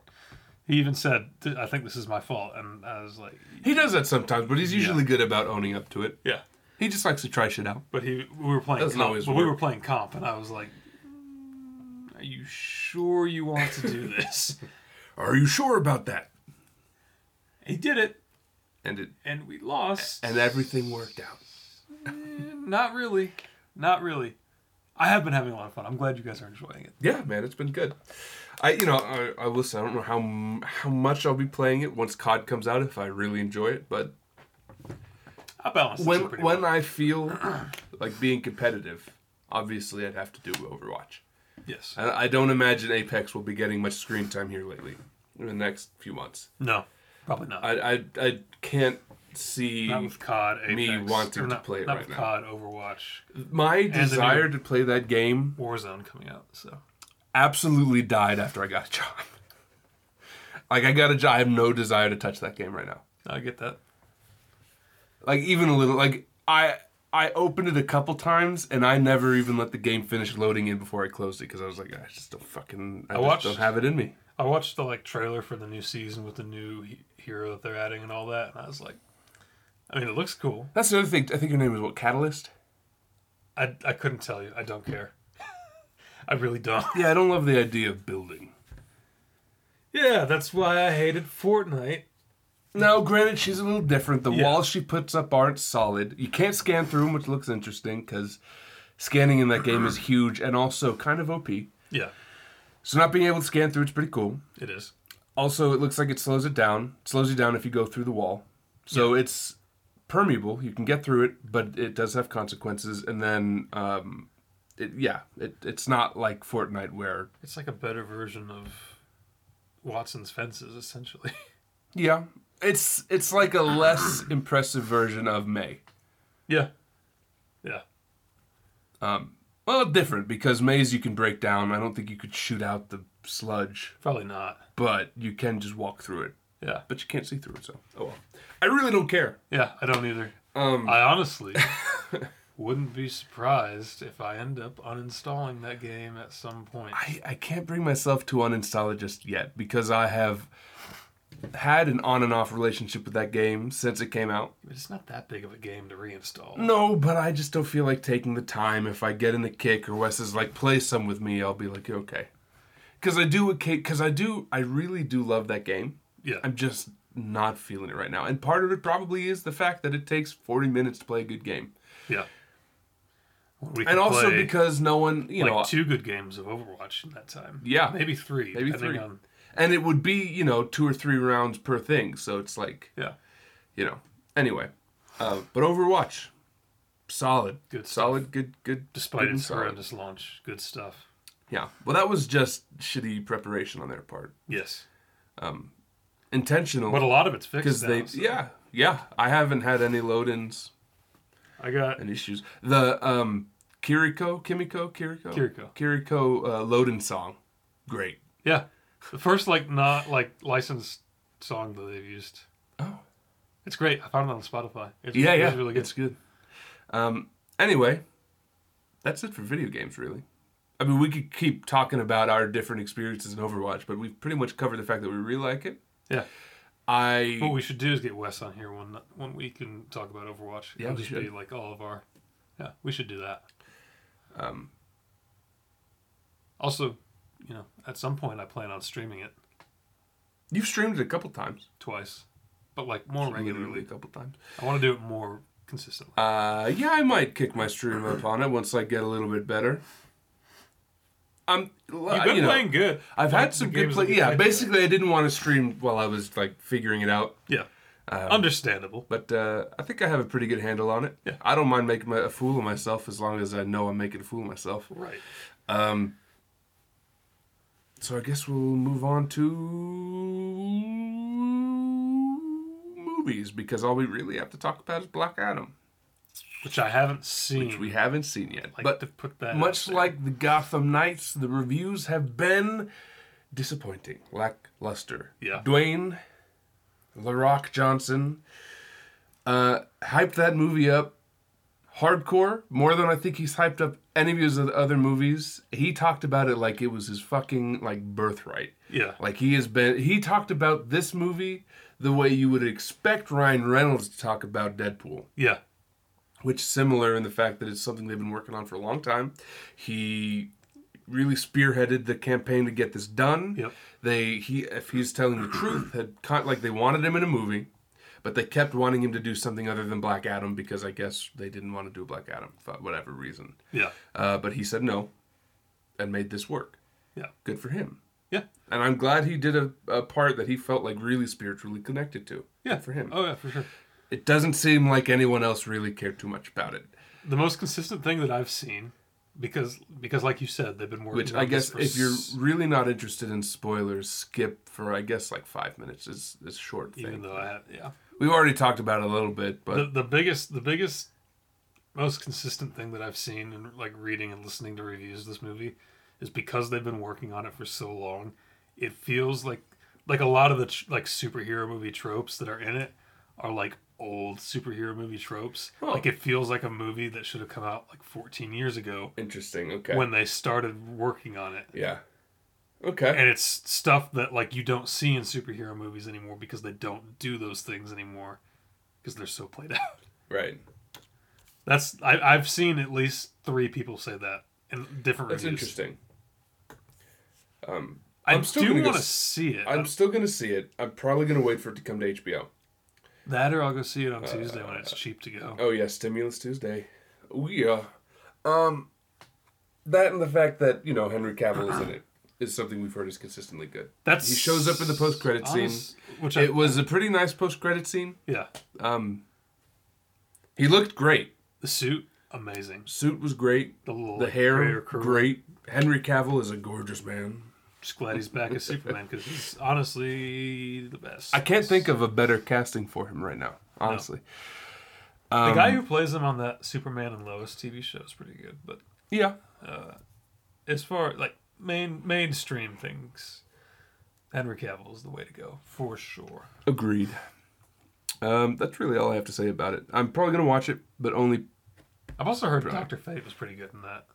S2: he even said, "Th- "I think this is my fault," and I was like,
S1: He does that sometimes, but he's usually good about owning up to it.
S2: "Yeah."
S1: He just likes to try shit out.
S2: But he, we were playing,
S1: Doesn't
S2: comp,
S1: always
S2: but we were
S1: work.
S2: playing comp, and I was like, "Mm, "Are you sure you want to
S1: *laughs*
S2: do this?"
S1: Are you sure about that?
S2: he did it,
S1: And it
S2: and we lost.
S1: and everything worked out.
S2: not really, not really. I have been having a lot of fun. I'm glad you guys are enjoying it.
S1: Yeah, man, it's been good. I you know I, I listen. I don't know how m- how much I'll be playing it once COD comes out if I really enjoy it, but
S2: I balance
S1: when
S2: pretty
S1: when
S2: well.
S1: I feel like being competitive, obviously I'd have to do Overwatch.
S2: yes,
S1: And I don't imagine Apex will be getting much screen time here lately in the next few months.
S2: no, probably not.
S1: I I, I can't see
S2: not with COD, Apex,
S1: me wanting
S2: or
S1: to
S2: not-
S1: play it
S2: not
S1: right
S2: with
S1: now.
S2: COD, Overwatch,
S1: my
S2: the new-
S1: desire to play that game
S2: Warzone coming out. So
S1: absolutely died after I got a job. Like I got a job, I have no desire to touch that game right now.
S2: I get that.
S1: Like even a little. Like I I opened it a couple times and I never even let the game finish loading in before I closed it because I was like I just don't fucking I, just
S2: watched-
S1: don't have it in me.
S2: I watched the like trailer for the new season with the new he- hero that they're adding and all that, and I was like, I mean, it looks cool.
S1: That's another thing. I think your name is what Catalyst.
S2: I I couldn't tell you. I don't care. *laughs* I really don't.
S1: Yeah, I don't love the idea of building.
S2: Yeah, that's why I hated Fortnite.
S1: No, granted, she's a little different. The
S2: Yeah.
S1: walls she puts up aren't solid. You can't scan through them, which looks interesting because scanning in that game is huge and also kind of OP.
S2: Yeah,
S1: So not being able to scan through it's pretty cool.
S2: it is.
S1: Also, it looks like it slows it down. It slows you down if you go through the wall. So it's permeable. You can get through it, but it does have consequences. And then, um, it, yeah, it, it's not like Fortnite where
S2: It's like a better version of Watson's fences, essentially. *laughs*
S1: yeah, it's it's like a less impressive version of May.
S2: Yeah, yeah.
S1: Well, different because Maze you can break down. I don't think you could shoot out the sludge,
S2: Probably not.
S1: but you can just walk through it.
S2: Yeah,
S1: But you can't see through it, so oh well. I really don't care.
S2: yeah. I don't either.
S1: Um,
S2: I
S1: *laughs*
S2: honestly wouldn't be surprised if I end up uninstalling that game at some point.
S1: I, I can't bring myself to uninstall it just yet because I have had an on and off relationship with that game since it came out.
S2: But it's not that big of a game to reinstall.
S1: No, but I just don't feel like taking the time. If I get in the kick or Wes is like, play some with me, I'll be like, okay. Because I do, because I do, I really do love that game.
S2: Yeah.
S1: I'm just not feeling it right now. And part of it probably is the fact that it takes 40 minutes to play a good game.
S2: Yeah. We
S1: And
S2: could
S1: also
S2: play,
S1: because no one, you
S2: like
S1: know,
S2: two good games of Overwatch in that time.
S1: Yeah.
S2: Maybe three.
S1: Maybe three.
S2: depending On,
S1: and it would be, you know, two or three rounds per thing. So it's like,
S2: yeah.
S1: you know. Anyway, uh, but Overwatch, solid,
S2: Good stuff.
S1: solid, good, good.
S2: Despite
S1: good and
S2: its horrendous launch. Good stuff.
S1: yeah. Well, that was just shitty preparation on their part,
S2: Yes. But a
S1: intentional
S2: lot of it's fixed.
S1: because
S2: now,
S1: they,
S2: so-
S1: yeah, yeah. I haven't had any load-ins
S2: I got
S1: and issues. The um, Kiriko, Kimiko, Kiriko,
S2: Kiriko.
S1: Kiriko uh, load-in song, great.
S2: yeah. The first like not like licensed song that they've used.
S1: Oh.
S2: It's great. I found it on Spotify. It's,
S1: Yeah, yeah,
S2: It's really good.
S1: It's good. Um, anyway, that's it for video games, really. I mean, we could keep talking about our different experiences in Overwatch, but we've pretty much covered the fact that we really like it.
S2: Yeah.
S1: I
S2: What we should do is get Wes on here one one week and talk about Overwatch.
S1: Yeah,
S2: It'll
S1: we
S2: just be
S1: should.
S2: like all of our. Yeah, we should do that.
S1: um,
S2: Also, you know, at some point I plan on streaming it
S1: you've streamed it a couple times,
S2: twice, but like more
S1: regularly a
S2: regularly.
S1: couple times.
S2: I want to do it more consistently.
S1: Uh, yeah, I might kick my stream up on it once I get a little bit better. I'm,
S2: You've been
S1: you know,
S2: playing good.
S1: I've
S2: Like,
S1: had
S2: the
S1: some good
S2: games
S1: play.
S2: that you
S1: Yeah,
S2: played.
S1: basically, I didn't want to stream while I was like figuring it out.
S2: Yeah,
S1: Um,
S2: understandable.
S1: But uh, I think I have a pretty good handle on it.
S2: Yeah.
S1: I don't mind making my, a fool of myself as long as I know I'm making a fool of myself.
S2: Right.
S1: Um, so I guess we'll move on to movies because all we really have to talk about is Black Adam.
S2: which I haven't seen.
S1: which we haven't seen yet.
S2: like
S1: but
S2: to put that
S1: much
S2: out there.
S1: like the Gotham Knights, the reviews have been disappointing, lackluster.
S2: Yeah.
S1: Dwayne, The Rock Johnson, uh, hyped that movie up hardcore more than I think he's hyped up any of his other movies. He talked about it like it was his fucking like birthright.
S2: yeah,
S1: Like he has been, he talked about this movie the way you would expect Ryan Reynolds to talk about Deadpool
S2: yeah,
S1: which is similar in the fact that it's something they've been working on for a long time. He really spearheaded the campaign to get this done.
S2: Yep.
S1: They he if he's telling the truth had con- like they wanted him in a movie, but they kept wanting him to do something other than Black Adam because I guess they didn't want to do Black Adam for whatever reason.
S2: yeah,
S1: Uh, but he said no, and made this work.
S2: Yeah.
S1: Good for him.
S2: yeah,
S1: And I'm glad he did a, a part that he felt like really spiritually connected to.
S2: yeah.
S1: Good for him.
S2: Oh yeah, for sure.
S1: It doesn't seem like anyone else really cared too much about it.
S2: The most consistent thing that I've seen, because because like you said, they've been working.
S1: Which
S2: on
S1: I
S2: this
S1: guess
S2: for
S1: if you're
S2: s-
S1: really not interested in spoilers, skip for I guess like five minutes is is a short thing.
S2: even though I have, yeah,
S1: We've already talked about it a little bit, but
S2: the the biggest the biggest most consistent thing that I've seen in like reading and listening to reviews of this movie is because they've been working on it for so long. It feels like like a lot of the tr- like superhero movie tropes that are in it are like old superhero movie tropes.
S1: Huh.
S2: Like it feels like a movie that should have come out like 14 years ago
S1: interesting. Okay.
S2: when they started working on it.
S1: yeah. Okay.
S2: And it's stuff that like you don't see in superhero movies anymore because they don't do those things anymore because they're so played *laughs* out.
S1: right.
S2: That's I, I've seen at least three people say that in different
S1: That's
S2: reviews.
S1: interesting. Um,
S2: I
S1: I'm still
S2: do
S1: gonna go
S2: want to
S1: s-
S2: see it.
S1: I'm still gonna see it. I'm probably gonna wait for it to come to HBO.
S2: that or I'll go see it on Tuesday when it's cheap to go.
S1: Oh yeah, Stimulus Tuesday. Oh yeah. Um, that and the fact that you know Henry Cavill is in it is something we've heard is consistently good.
S2: That's
S1: He shows up in the post-credit
S2: honest- which I,
S1: It was a pretty nice post-credit scene.
S2: yeah,
S1: Um, he looked great.
S2: the suit amazing.
S1: Suit was great.
S2: The little
S1: The hair,
S2: hair curl.
S1: great. Henry Cavill is a gorgeous man.
S2: Just glad he's back as Superman because he's honestly the best.
S1: I can't think of a better casting for him right now, honestly. Um,
S2: the guy who plays him on that Superman and Lois TV show is pretty good, but
S1: Yeah,
S2: as far like main mainstream things, Henry Cavill is the way to go for sure.
S1: agreed. Um, that's really all I have to say about it. I'm probably gonna watch it, but only.
S2: I've also heard Doctor Fate was pretty good in that,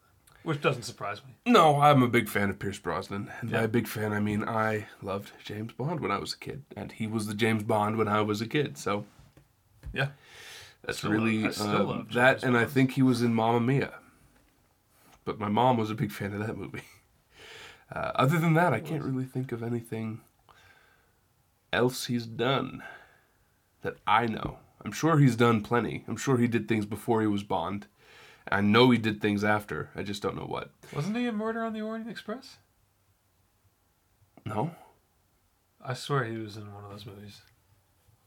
S2: which doesn't surprise me.
S1: No, I'm a big fan of Pierce Brosnan, and by big fan I mean I loved James Bond when I was a kid, and he was the James Bond when I was a kid. So
S2: Yeah.
S1: That's
S2: Still
S1: really
S2: love- I still
S1: um,
S2: love James
S1: that, and I think he was in Mamma Mia. But my mom was a big fan of that movie. *laughs* Uh, other than that, I can't really think of anything else he's done that I know. I'm sure he's done plenty. I'm sure he did things before he was Bond. I know he did things after. I just don't know what.
S2: Wasn't he in Murder on the Orient Express?
S1: No,
S2: I swear he was in one of those movies.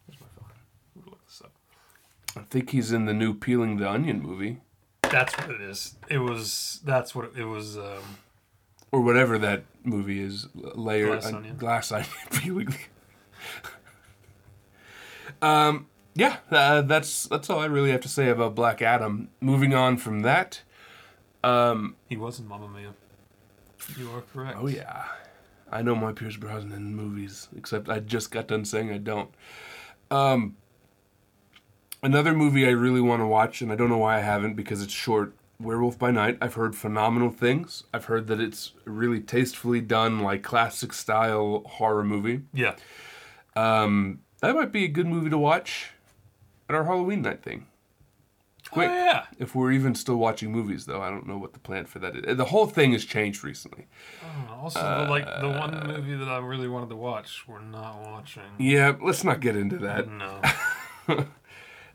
S2: Where's my phone? I'm gonna look this up.
S1: I think he's in the new Peeling the Onion movie
S2: That's what it is. It was. That's what it, it was. Um,
S1: or whatever that movie is. Layer
S2: Glass
S1: Glass Onion.
S2: Onion.
S1: Glass Onion *laughs* Peeling. Um, yeah, uh, that's that's all I really have to say about Black Adam. Moving on from that, um,
S2: he was in Mamma Mia. You are correct.
S1: oh yeah, I know my Pierce Brosnan movies, except I just got done saying I don't. Um, another movie I really want to watch, and I don't know why I haven't because it's short. Werewolf by Night. I've heard phenomenal things. I've heard that it's really tastefully done, like classic style horror movie.
S2: Yeah.
S1: Um, that might be a good movie to watch at our Halloween night thing. Quick.
S2: Oh, yeah.
S1: If we're even still watching movies, though, I don't know what the plan for that is. The whole thing has changed recently.
S2: Oh, also, the, like the
S1: Uh,
S2: one movie that I really wanted to watch, we're not watching.
S1: Yeah, let's not get into that.
S2: No,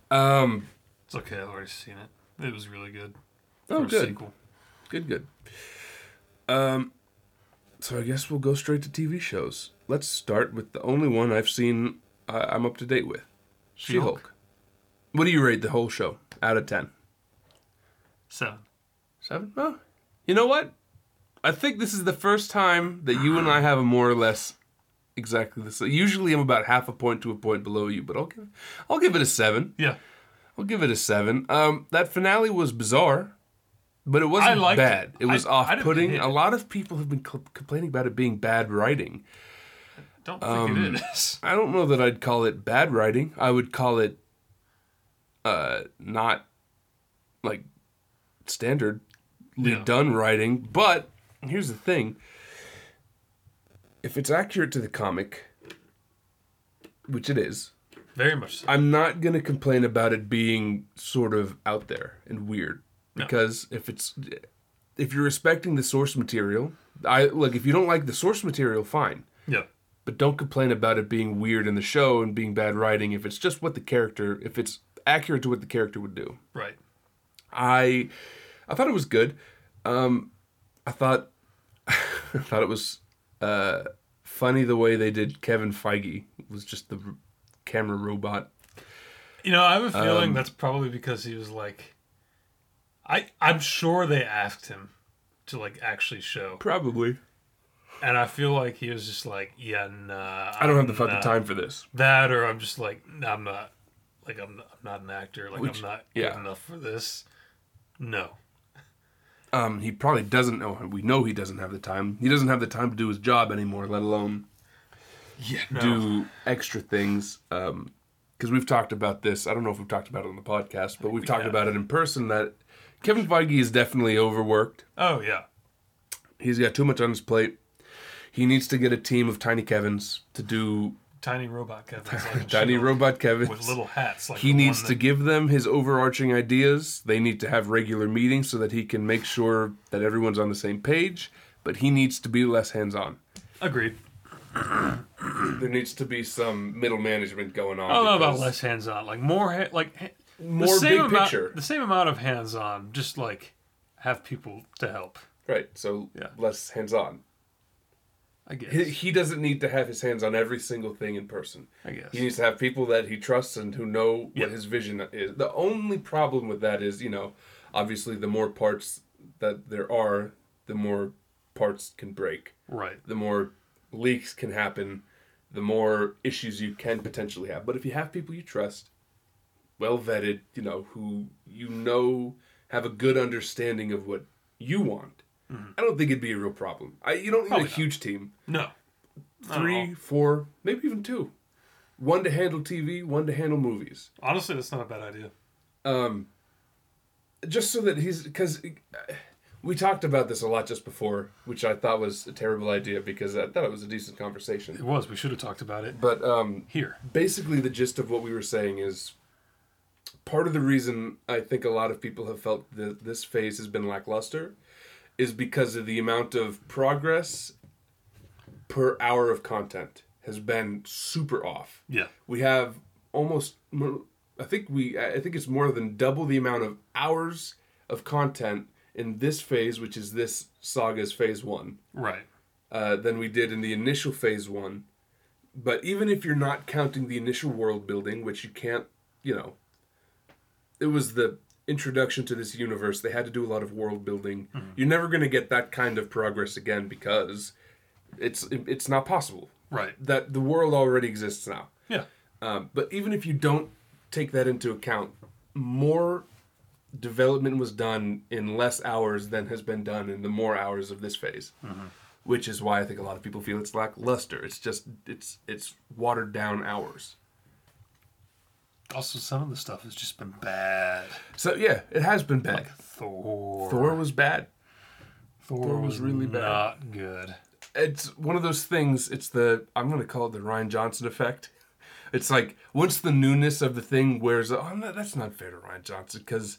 S1: Um,
S2: it's okay. I've already seen it. It was really good.
S1: oh,
S2: For a
S1: good,
S2: Sequel.
S1: good, good. Um, so I guess we'll go straight to TV shows. Let's start with the only one I've seen. I I'm up to date with. She Hulk. What do you rate the whole show out of ten?
S2: Seven.
S1: Seven? Oh. You know what? I think this is the first time that you and I have a more or less exactly the same. Usually I'm about half a point to a point below you, but I'll give I'll give it a seven.
S2: Yeah.
S1: I'll We'll give it a seven. Um, that finale was bizarre, but it
S2: I
S1: wasn't
S2: liked
S1: bad.
S2: it.
S1: It was
S2: I- I didn't
S1: off-putting.
S2: hate
S1: A
S2: it.
S1: lot of people have been cl- complaining about it being bad writing.
S2: Don't think
S1: Um,
S2: it is. *laughs*
S1: I don't know that I'd call it bad writing. I would call it uh, not like standardly
S2: Yeah.
S1: done writing. But here's the thing: if it's accurate to the comic, which it is,
S2: Very much so.
S1: I'm not gonna complain about it being sort of out there and weird
S2: No.
S1: because if it's if you're respecting the source material, I look. If you don't like the source material, fine
S2: Yeah.
S1: but don't complain about it being weird in the show and being bad writing if it's just what the character if it's accurate to what the character would do
S2: Right.
S1: i i thought it was good um i thought *laughs* i thought it was uh funny the way they did kevin feige was just the r- camera robot
S2: You know, I have a feeling
S1: Um,
S2: that's probably because he was like, I I'm sure they asked him to like actually show,
S1: probably
S2: and I feel like he was just like, yeah, nah.
S1: i don't have the fucking
S2: nah.
S1: time for this
S2: That, or I'm just like, nah, I'm not. Like I'm not, I'm not an actor. Like
S1: Which-
S2: I'm not
S1: yeah.
S2: good enough for this. No.
S1: um he probably doesn't know we know he doesn't have the time he doesn't have the time to do his job anymore let alone
S2: Yeah. No.
S1: do extra things because we've talked about this. I don't know if we've talked about it on the podcast, but we've talked
S2: have.
S1: about it in person that Kevin Feige is definitely overworked.
S2: Oh yeah.
S1: He's got too much on his plate. He needs to get a team of tiny Kevins to do
S2: Tiny robot Kevin's like a
S1: *laughs* tiny
S2: shield
S1: robot Kevins.
S2: with little hats. Like
S1: he
S2: the
S1: needs
S2: one
S1: to give them his overarching ideas. They need to have regular meetings so that he can make sure that everyone's on the same page. But he needs to be less hands
S2: *clears throat*
S1: on.
S2: that- Agreed.
S1: There needs to be some middle management going on.
S2: I don't know about less hands-on. Like more, ha- like ha-
S1: More big
S2: amount,
S1: picture.
S2: The same amount of hands-on. Just like have people to help.
S1: Right, so
S2: Yeah.
S1: less hands on.
S2: I guess.
S1: He, he doesn't need to have his hands on every single thing in person.
S2: I guess.
S1: He needs to have people that he trusts and who know
S2: Yeah.
S1: what his vision is. The only problem with that is, you know, obviously the more parts that there are, the more parts can break,
S2: right.
S1: the more leaks can happen, the more issues you can potentially have. But if you have people you trust, well vetted, you know, who you know have a good understanding of what you want, I don't think it'd be a real problem. I, you don't need
S2: Mm-hmm. Probably
S1: a
S2: not.
S1: huge team
S2: No. Not at all.
S1: three, four, maybe even two. One to handle TV, one to handle movies.
S2: Honestly, that's not a bad idea.
S1: Um, just so that he's because we talked about this a lot just before, which I thought was a terrible idea because I thought it was a decent
S2: It
S1: conversation.
S2: was. We should have talked about it
S1: But um,
S2: here.
S1: basically, the gist of what we were saying is part of the reason I think a lot of people have felt that this phase has been lackluster is because of the amount of progress per hour of content has been super off.
S2: Yeah.
S1: we have almost mo- i think we i think it's more than double the amount of hours of content in this phase which is this saga's phase one
S2: Right.
S1: uh, than we did in the initial phase one but even if you're not counting the initial world building which you can't you know it was the introduction to this universe they had to do a lot of world building you're never going to get that kind of progress again because it's it's not possible
S2: Right.
S1: that the world already exists now
S2: Yeah.
S1: um, but even if you don't take that into account, more development was done in less hours than has been done in the more hours of this phase, which is why I think a lot of people feel it's lackluster. It's just it's it's watered down hours.
S2: Also, some of the stuff has just been bad.
S1: So yeah, it has been bad.
S2: Thor.
S1: Thor was bad.
S2: Thor,
S1: Thor was
S2: was
S1: really
S2: really
S1: bad.
S2: Not good.
S1: It's one of those things. It's the I'm gonna call it the Ryan Johnson effect. It's like once the newness of the thing wears, oh, no, that's not fair to Ryan Johnson because,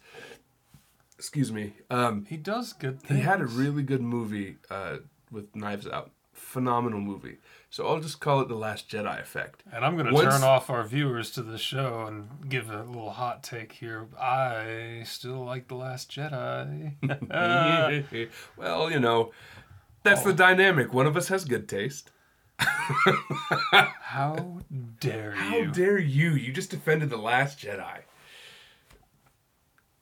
S1: excuse me, um,
S2: He does good things.
S1: He had a really good movie uh, with Knives Out. Phenomenal movie. So I'll just call it the Last Jedi effect.
S2: And I'm going to
S1: Once-
S2: turn off our viewers to the show and give a little hot take here. I still like The
S1: *laughs*
S2: Last Jedi.
S1: well, you know, that's the dynamic. One of us has good taste.
S2: How dare
S1: How
S2: you?
S1: dare you? You just defended the Last Jedi.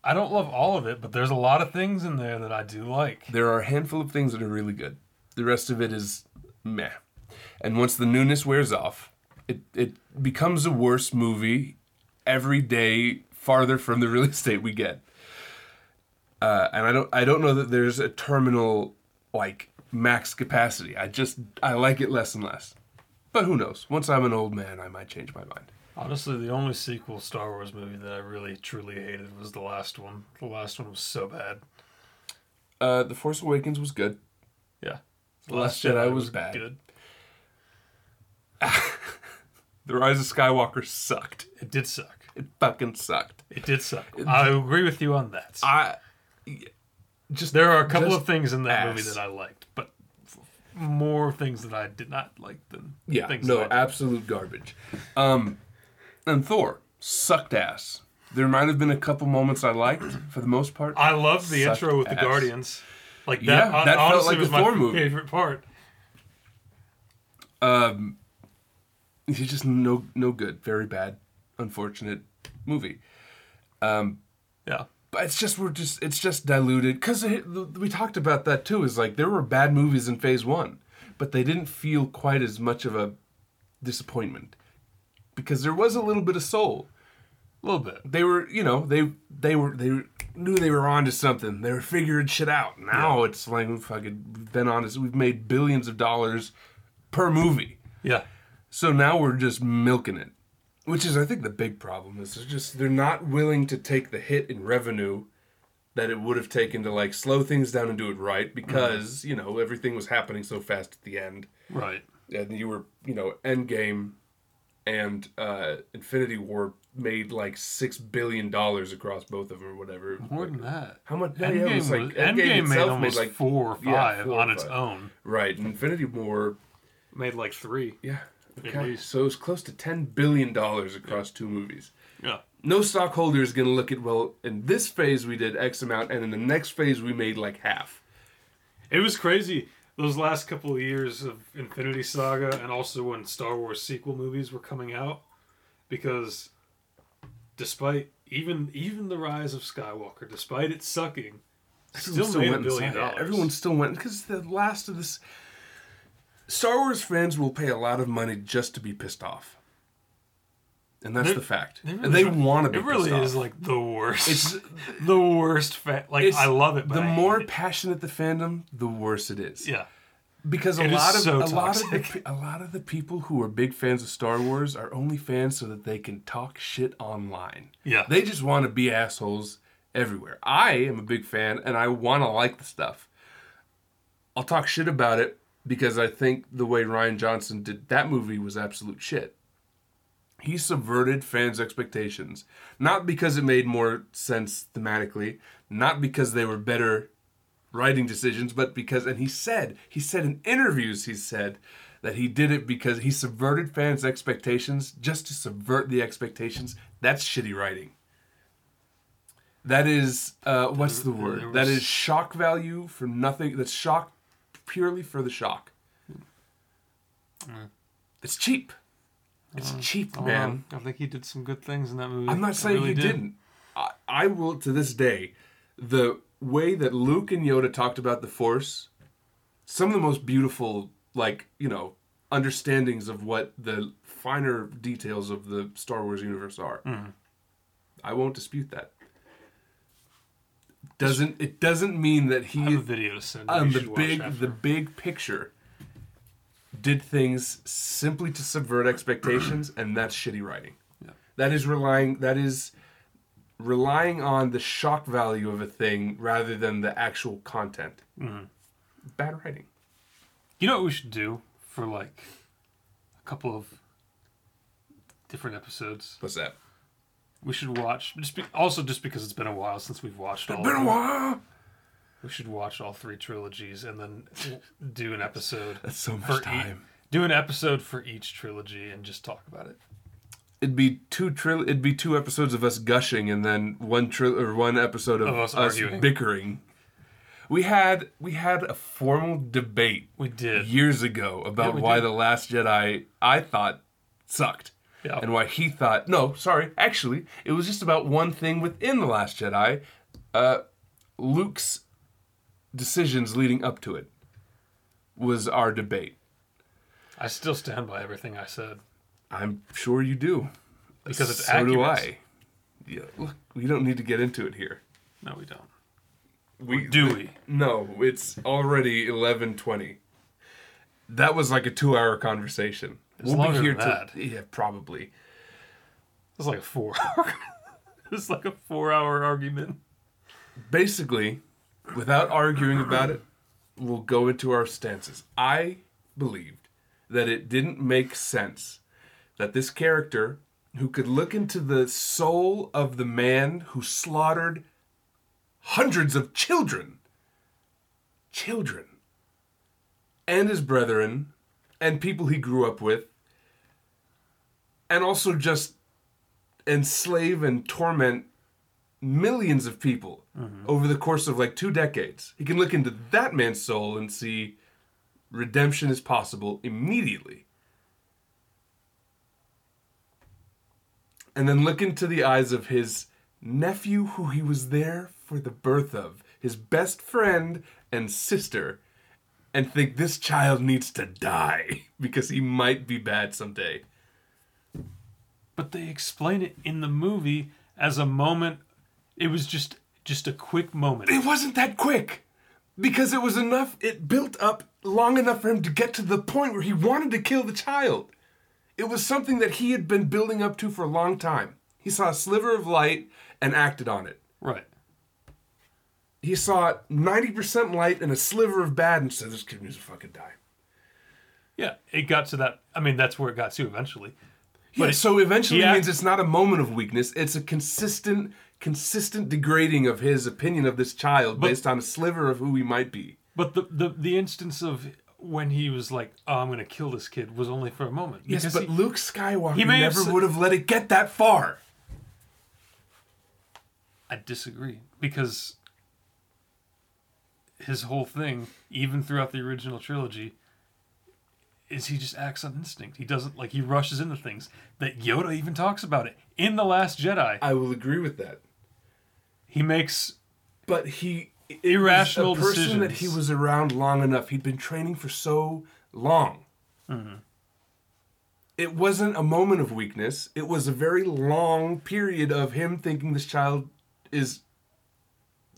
S2: I don't love all of it, but there's a lot of things in there that I do like.
S1: There are a handful of things that are really good. The rest of it is meh. And once the newness wears off, it it becomes a worse movie every day. farther from the *laughs* real estate we get. Uh, and I don't I don't know that there's a terminal like max capacity. I just I like it less and less. But who knows? Once I'm an old man, I might change my mind.
S2: Honestly, the only sequel Star Wars movie that I really truly hated was the last one. The last one was so bad.
S1: Uh, the Force Awakens was good.
S2: Yeah.
S1: The Last Jedi was bad. The Rise of Skywalker sucked.
S2: It did suck.
S1: It fucking sucked.
S2: It did suck. I agree with you on that.
S1: I just
S2: there are a couple
S1: just
S2: of things in that movie
S1: ass.
S2: that I liked, but f- more things that I did not like than
S1: yeah
S2: things
S1: no
S2: that I
S1: absolute garbage. Um, and Thor sucked ass. There might have been a couple moments I liked. For the most part,
S2: I love the
S1: Sucked
S2: intro with the
S1: ass.
S2: Guardians. Like that,
S1: Yeah,
S2: hon-
S1: that felt
S2: honestly
S1: like the
S2: was my
S1: Thor movie.
S2: favorite part.
S1: um, it's just no no good. Very bad, unfortunate movie.
S2: Yeah.
S1: but it's just we're just it's just diluted because we talked about that too is like there were bad movies in phase one but they didn't feel quite as much of a disappointment because there was a little bit of soul
S2: A little bit.
S1: they were you know they they were they knew they were onto something they were figuring shit out now it's like we've fucking we've been on this we've made billions of dollars per movie
S2: Yeah.
S1: so now we're just milking it, which is I think the big problem is they're just they're not willing to take the hit in revenue that it would have taken to like slow things down and do it right
S3: Mm-hmm.
S1: because you know everything was happening so fast at the end
S2: Right.
S1: and you were you know Endgame and uh, Infinity War made like six billion dollars across both of them or whatever.
S2: More than that.
S1: How much? yeah,
S2: Endgame,
S1: it was like
S2: was-
S1: Endgame,
S2: Endgame made
S1: itself
S2: almost
S1: made like
S2: four or five
S1: yeah, four or
S2: on its
S1: five.
S2: own.
S1: right, and Infinity War
S3: Made like three.
S1: Yeah.
S3: At
S1: Okay.
S3: least.
S1: So it's close to ten billion dollars across two movies.
S2: Yeah.
S1: No stockholder is going to look at well, in this phase we did X amount, and in the next phase we made like half.
S3: It was crazy. Those last couple of years of Infinity Saga and also when Star Wars sequel movies were coming out because despite even even the rise of Skywalker, despite it sucking, still, made a
S1: and
S3: billion
S1: saw it.
S3: dollars.
S1: Everyone still went because the last of this. Star Wars fans will pay a lot of money just to be pissed off, and that's
S2: They-
S1: the fact.
S2: they
S1: They,
S2: really try-
S1: want to be.
S2: It really
S1: pissed
S2: is
S1: off.
S2: like the worst.
S3: *laughs*
S1: It's-
S2: the worst. Fa- like
S1: It's-
S2: I love it. But
S1: The
S2: I hate
S1: more
S2: it.
S1: passionate the fandom, the worse it is.
S2: yeah,
S1: because a
S2: It is
S1: lot of
S2: so
S1: a lot of the,
S2: toxic.
S1: pe- a lot of the people who are big fans of Star Wars are only fans so that they can talk shit online.
S2: yeah,
S1: They just want to be assholes everywhere. I am a big fan and I want to like the stuff. I'll talk shit about it because I think the way Ryan Johnson did that movie was absolute shit. He subverted fans' expectations, not because it made more sense thematically, not because they were better writing decisions, but because, and he said, he said in interviews, he said that he did it because he subverted fans' expectations just to subvert the expectations. That's shitty writing. That is, uh, what's the
S2: There-
S1: word?
S2: there was-
S1: That is shock value for nothing. That's shock purely for the shock. It's cheap. It's cheap,
S2: I don't
S1: man.
S2: know. I think he did some good things in that movie.
S1: um, I'm
S2: I
S1: not saying
S2: really
S1: he
S2: did.
S1: did. not I, I will to this day. The way that Luke and Yoda talked about the Force, some of the most beautiful, like you know, understandings of what the finer details of the Star Wars universe are.
S2: Mm-hmm.
S1: I won't dispute that. Doesn't it doesn't mean that
S2: I have a
S1: he
S2: video to send. you.
S1: on
S2: you
S1: Um, the
S2: should watch
S1: big
S2: after.
S1: the big picture did things simply to subvert expectations and that's shitty writing
S2: Yeah.
S1: that is relying that is relying on the shock value of a thing rather than the actual content
S2: Mm-hmm.
S1: bad writing
S2: You know what we should do for like a couple of different episodes?
S1: what's that
S2: We should watch just be, also just because it's been a while since we've watched all.
S1: been
S2: of
S1: a
S2: them.
S1: while
S2: We should watch all three trilogies and
S1: *laughs*
S2: then do an episode
S1: that's so
S2: for
S1: much
S2: each.
S1: time
S2: Do an episode for each trilogy and just talk about it.
S1: it'd be two tril- it'd be two episodes of us gushing and then one tril- or one episode of,
S2: Of us
S1: us,
S2: arguing.
S1: bickering we had we had a formal debate
S2: We did.
S1: years ago about
S2: Yeah, we
S1: why
S2: did.
S1: the last jedi i thought sucked
S2: Yeah.
S1: and why he thought no sorry actually it was just about one thing within the last jedi uh, luke's decisions leading up to it was our debate
S2: I still stand by everything I said.
S1: i'm sure you do
S2: Because it's
S1: so do
S2: accurate.
S1: i Yeah, look, we don't need to get into it here.
S3: No, we don't.
S1: We
S2: Do we?
S1: No, it's already eleven twenty. That was like a two-hour conversation.
S2: It's longer than that.
S1: till yeah, probably.
S2: It's like a four *laughs* hour. it's like a four hour argument.
S1: Basically, without arguing about it, we'll go into our stances. I believed that it didn't make sense that this character, who could look into the soul of the man who slaughtered hundreds of children, children, and his brethren, and people he grew up with, and also just enslave and torment millions of people over the course of like two decades. He can look into that man's soul and see redemption is possible immediately. And then look into the eyes of his nephew, who he was there for the birth of, his best friend and sister, and think this child needs to die *laughs* because he might be bad someday.
S2: But they explain it in the movie as a moment. It was just just a quick moment.
S1: It wasn't that quick because it was enough, it built up long enough for him to get to the point where he wanted to kill the child. It was something that he had been building up to for a long time. He saw a sliver of light and acted on it.
S2: *laughs* Right.
S1: He saw 90% light and a sliver of bad and said, This kid needs to fucking die.
S2: Yeah. It got to that. I mean, that's where it got to eventually.
S1: Yeah,
S2: it-
S1: so eventually
S2: he act-
S1: means it's not a moment of weakness. It's a consistent, consistent degrading of his opinion of this child based on a sliver of who he might be.
S2: But the the, the instance of when he was like, "Oh, I'm gonna kill this kid," was only for a moment.
S1: Yes,
S2: Because
S1: but
S2: he-
S1: Luke Skywalker
S2: he may have
S1: never
S2: s-
S1: would have let it get that far.
S2: I disagree because his whole thing, even throughout the original trilogy, is he just acts on instinct. He doesn't like he rushes into things that Yoda even talks about it in the Last Jedi.
S1: I will agree with that.
S2: He makes
S1: But he it was
S2: Irrational
S1: a person that
S2: decisions.
S1: he was around long enough. He'd been training for so long.
S2: Mm-hmm.
S1: It wasn't a moment of weakness. It was a very long period of him thinking this child is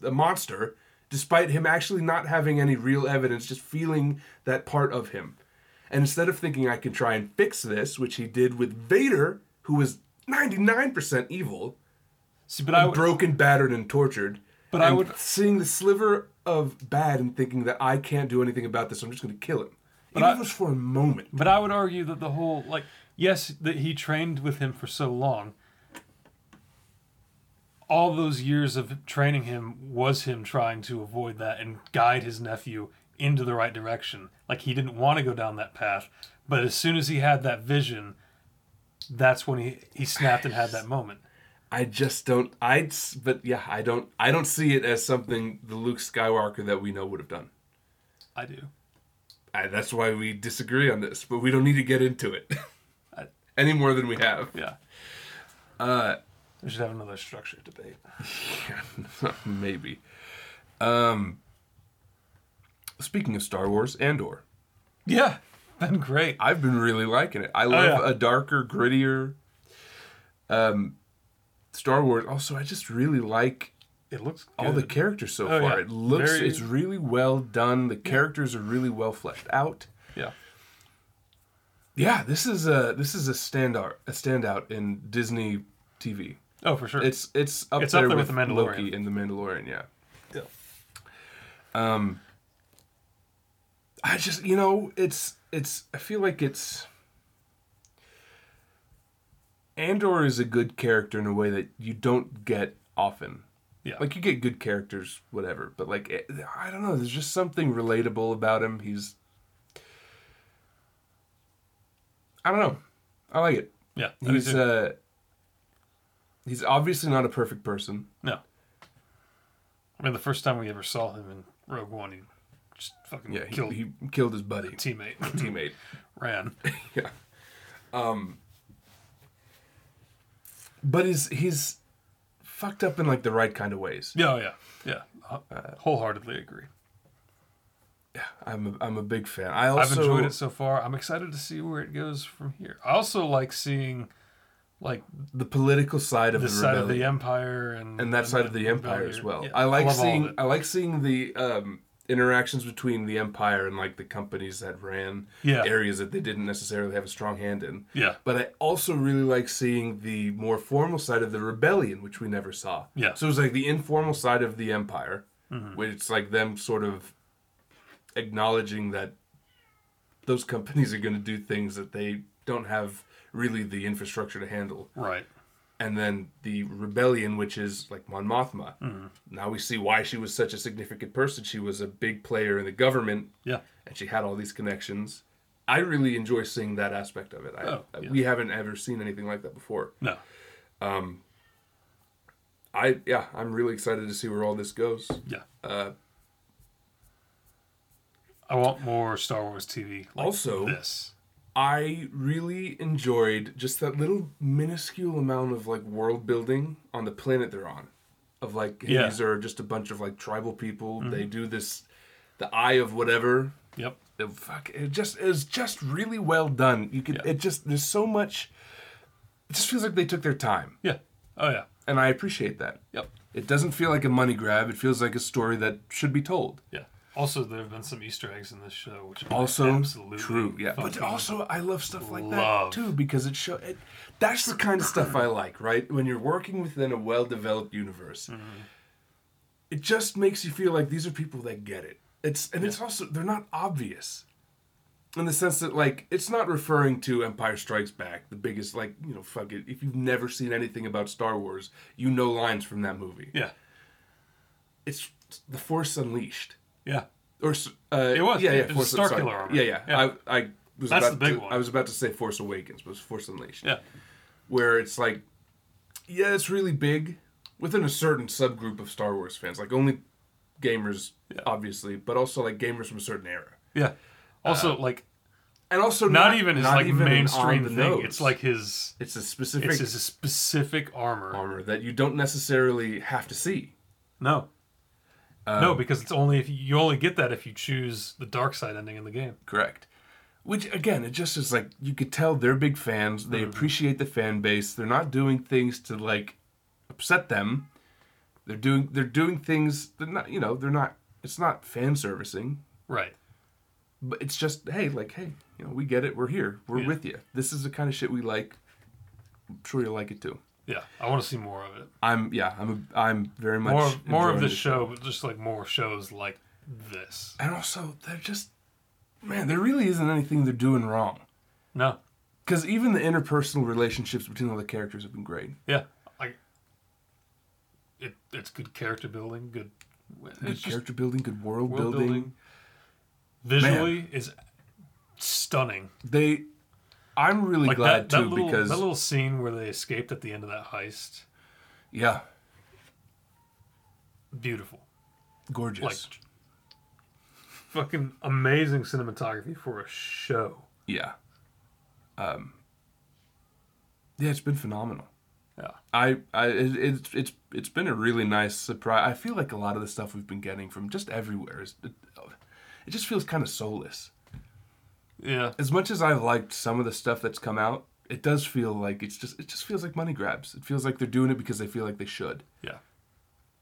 S1: a monster, despite him actually not having any real evidence, just feeling that part of him. And instead of thinking I can try and fix this, which he did with Vader, who was 99% evil,
S2: see, but I would,
S1: broken, battered, and tortured.
S2: But
S1: and
S2: I would-
S1: seeing the sliver of bad and thinking that I can't do anything about this. I'm just going to kill him. Even
S2: I-
S1: if it was for a moment.
S2: but I would argue that the whole like yes that he trained with him for so long. All those years of training him was him trying to avoid that and guide his nephew into the right direction. Like he didn't want to go down that path, but as soon as he had that vision, that's when he he snapped and had that moment.
S1: I just don't. I. But yeah, I don't. I don't see it as something the Luke Skywalker that we know would have done.
S2: I do.
S1: I, that's why we disagree on this. But we don't need to get into it
S2: *laughs* I-
S1: *laughs* any more than we
S2: *laughs*
S1: have.
S2: Yeah.
S1: Uh,
S2: We should have another structured debate.
S1: *laughs* maybe. Um. Speaking of Star Wars, Andor.
S2: Yeah. Been great.
S1: I've been really liking it. I love
S2: Oh, yeah.
S1: a darker, grittier um Star Wars. Also, I just really like
S2: It looks good.
S1: all the characters so
S2: Oh,
S1: far.
S2: yeah.
S1: It looks
S2: Very-
S1: it's really well done. The characters are really well fleshed out.
S2: yeah.
S1: Yeah, this is a this is a standout a standout in Disney TV.
S2: Oh, for sure.
S1: It's it's up,
S2: It's
S1: there,
S2: up there
S1: with,
S2: with The Mandalorian.
S1: Loki and the Mandalorian. Yeah.
S2: Yeah.
S1: Um. I just you know it's it's I feel like it's. Andor is a good character in a way that you don't get often.
S2: Yeah.
S1: Like you get good characters, whatever, but like it- I don't know. There's just something relatable about him. He's. I don't know. I like it.
S2: yeah. I do
S1: He's
S2: too.
S1: uh he's obviously not a perfect person.
S2: No. I mean, the first time we ever saw him in Rogue One, he just fucking
S1: Yeah, he
S2: killed
S1: killed, he killed his buddy,
S2: a teammate,
S1: *laughs* teammate.
S2: *laughs* ran.
S1: yeah. Um but he's he's fucked up in like the right kind of ways.
S2: Yeah, oh, yeah, yeah. Uh, wholeheartedly agree.
S1: I'm a, I'm a big fan. I
S2: I've
S1: also
S2: enjoyed it so far. I'm excited to see where it goes from here. I also like seeing like
S1: the political side of
S2: this
S1: the
S2: side
S1: rebellion.
S2: of the empire and
S1: and that side of the empire as well. I like
S2: love all of
S1: seeing
S2: it.
S1: I like seeing the um, interactions between the empire and like the companies that ran
S2: Yeah.
S1: areas that they didn't necessarily have a strong hand in.
S2: Yeah.
S1: But I also really like seeing the more formal side of the rebellion, which we never saw.
S2: Yeah.
S1: So it was like the informal side of the empire,
S2: Mm-hmm.
S1: which it's like them sort of acknowledging that those companies are going to do things that they don't have really the infrastructure to handle
S2: Right.
S1: and then the rebellion, which is like Mon Mothma.
S2: Mm-hmm.
S1: Now we see why she was such a significant person. She was a big player in the government,
S2: Yeah.
S1: and she had all these connections. I really enjoy seeing that aspect of it. I,
S2: Oh, yeah.
S1: We haven't ever seen anything like that before.
S2: No.
S1: I yeah, I'm really excited to see where all this goes.
S2: Yeah.
S1: Uh,
S2: I want more Star Wars TV. Like
S1: Also-
S2: this.
S1: I really enjoyed just that little minuscule amount of like world building on the planet they're on. Of like
S2: Yeah. Mm-hmm.
S1: these are just a bunch of like tribal people. They do this, the eye of whatever
S2: Yep.
S1: the fuck it just is just really well done you could
S2: Yeah.
S1: it just there's so much it just feels like they took their time
S2: Yeah. Oh yeah.
S1: and i appreciate that
S2: Yep.
S1: it doesn't feel like a money grab it feels like a story that should be told
S2: Yeah. Also, there have been some Easter eggs in this show, which are
S1: also
S2: absolutely
S1: true yeah but
S2: fucking-
S1: also i love stuff like that
S2: love.
S1: too because it show it, that's the kind of stuff
S2: *clears throat*
S1: i like right when you're working within a well-developed universe
S2: Mm-hmm.
S1: it just makes you feel like these are people that get it it's and it's also they're not obvious in the sense that like it's not referring to empire strikes back the biggest like you know fuck it if you've never seen anything about star wars you know lines from that movie
S2: Yeah.
S1: it's the force unleashed
S2: Yeah.
S1: or s- uh,
S2: It was.
S1: yeah, yeah,
S2: It was
S1: Force
S2: Starkiller
S1: sorry.
S2: armor.
S1: Yeah, yeah.
S2: Yeah.
S1: I, I was
S2: That's
S1: about
S2: the big
S1: to,
S2: one.
S1: I was about to say Force Awakens, but it was Force Unleashed.
S2: Yeah.
S1: Where it's like, yeah, it's really big within a certain subgroup of Star Wars fans, like only gamers, obviously, but also like gamers from a certain era,
S2: Yeah. Also, like
S1: and also
S2: not,
S1: not,
S2: even his
S1: not
S2: like
S1: even on
S2: mainstream
S1: the
S2: thing.
S1: nose.
S2: It's like his
S1: it's a specific
S2: it's his specific armor.
S1: armor that you don't necessarily have to see.
S2: No.
S1: Um,
S2: no, because it's only if you only get that if you choose the dark side ending in the game.
S1: Correct. Which again, it just is like you could tell they're big fans.
S2: Mm-hmm.
S1: They appreciate the fan base. They're not doing things to like upset them. They're doing they're doing things. They're not you know they're not. It's not fan servicing,
S2: Right.
S1: but it's just hey like hey you know we get it. We're here. We're
S2: Yeah.
S1: with you. This is the kind of shit we like. I'm sure you'll like it too.
S2: Yeah. I want to see more of it.
S1: I'm yeah. I'm a, I'm very much
S2: More of, more of
S1: enjoying
S2: this
S1: this.
S2: show, but just like more shows like this.
S1: And also they're just man. There really isn't anything they're doing wrong.
S2: No.
S1: Because even the interpersonal relationships between all the characters have been great.
S2: Yeah. I it, it's good character building, good
S1: good
S2: it's just
S1: character building, good world,
S2: world
S1: building.
S2: building. Visually is stunning.
S1: They, I'm really
S2: Like
S1: glad
S2: that, that
S1: too
S2: little
S1: because
S2: that little scene where they escaped at the end of that heist.
S1: yeah,
S2: Beautiful.
S1: gorgeous.
S2: Like fucking amazing cinematography for a show.
S1: yeah, um, yeah, it's been phenomenal.
S2: Yeah.
S1: I, I, it, it's it's it's been a really nice surprise. I feel like a lot of the stuff we've been getting from just everywhere is, it, it just feels kind of soulless.
S2: Yeah.
S1: As much as I've liked some of the stuff that's come out, it does feel like it's just it just feels like money grabs. It feels like they're doing it because they feel like they should.
S2: Yeah.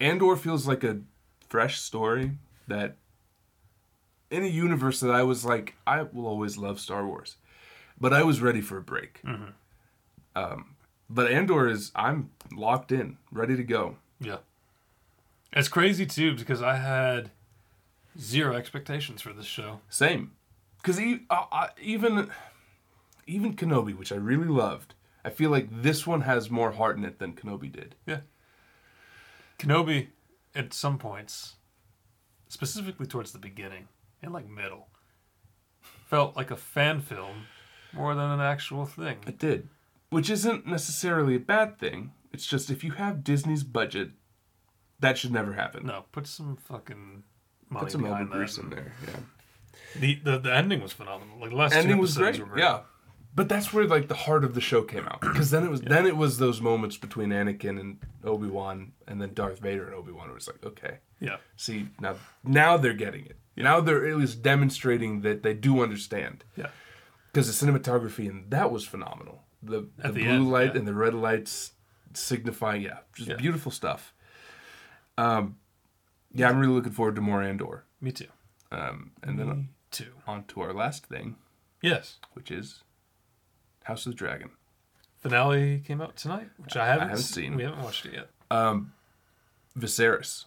S1: Andor feels like a fresh story that in a universe that I was like, I will always love Star Wars, but I was ready for a break. Um, but Andor is, I'm locked in, ready to go.
S2: Yeah. It's crazy too because I had zero expectations for this show.
S1: Same, because e- I- I- even even Kenobi, which I really loved, I feel like this one has more heart in it than Kenobi did.
S2: Yeah. Kenobi at some points, specifically towards the beginning and like middle, felt like a fan film more than an actual thing.
S1: It did, which isn't necessarily a bad thing. It's just if you have Disney's budget, that should never happen.
S2: No, put some fucking money
S1: Put some elbow
S2: behind
S1: grease in
S2: that.
S1: there. Yeah.
S2: The, the the ending was phenomenal. Like the last
S1: ending
S2: two
S1: was
S2: episodes
S1: great.
S2: were great.
S1: Yeah. But that's where like the heart of the show came *clears throat* out because then it was then it was those moments between Anakin and Obi Wan and then Darth Vader and Obi Wan. It was like okay,
S2: Yeah.
S1: see now now they're getting it. Now they're at least demonstrating that they do understand
S2: Yeah.
S1: because the cinematography and that was phenomenal. the, the,
S2: At the
S1: blue
S2: end,
S1: light
S2: yeah.
S1: and the red lights signifying yeah just
S2: Yeah.
S1: beautiful stuff um yeah i'm really looking forward to more andor
S2: Me too.
S1: um and then
S2: Me too.
S1: on to our last thing
S2: Yes.
S1: which is house of the dragon
S2: Finale came out tonight, which I haven't,
S1: haven't
S2: s-
S1: seen.
S2: We haven't watched it yet.
S1: viserys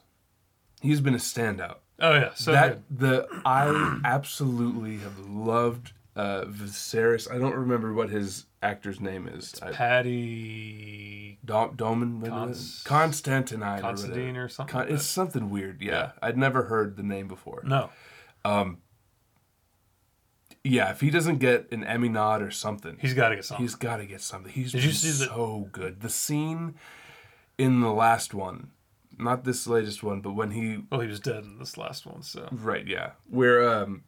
S1: he's been a standout
S2: Oh yeah, so
S1: that
S2: good.
S1: the I absolutely have loved uh Viserys. I don't remember what his actor's name is. I,
S2: Patty
S1: Dom, Domin, maybe
S2: Cons-
S1: that- Constantine, or
S2: Constantine
S1: whatever.
S2: or something.
S1: Con-
S2: like
S1: it's
S2: that.
S1: something weird. Yeah.
S2: Yeah.
S1: I'd never heard the name before.
S2: no.
S1: Yeah, if he doesn't get an Emmy nod or something,
S2: He's got to get something.
S1: he's got to get something. He's
S2: Did you
S1: been
S2: see the-
S1: so good. The scene in the last one, not this latest one, but when he
S2: well, Oh, he was dead in this last one, so
S1: Right, yeah. Where um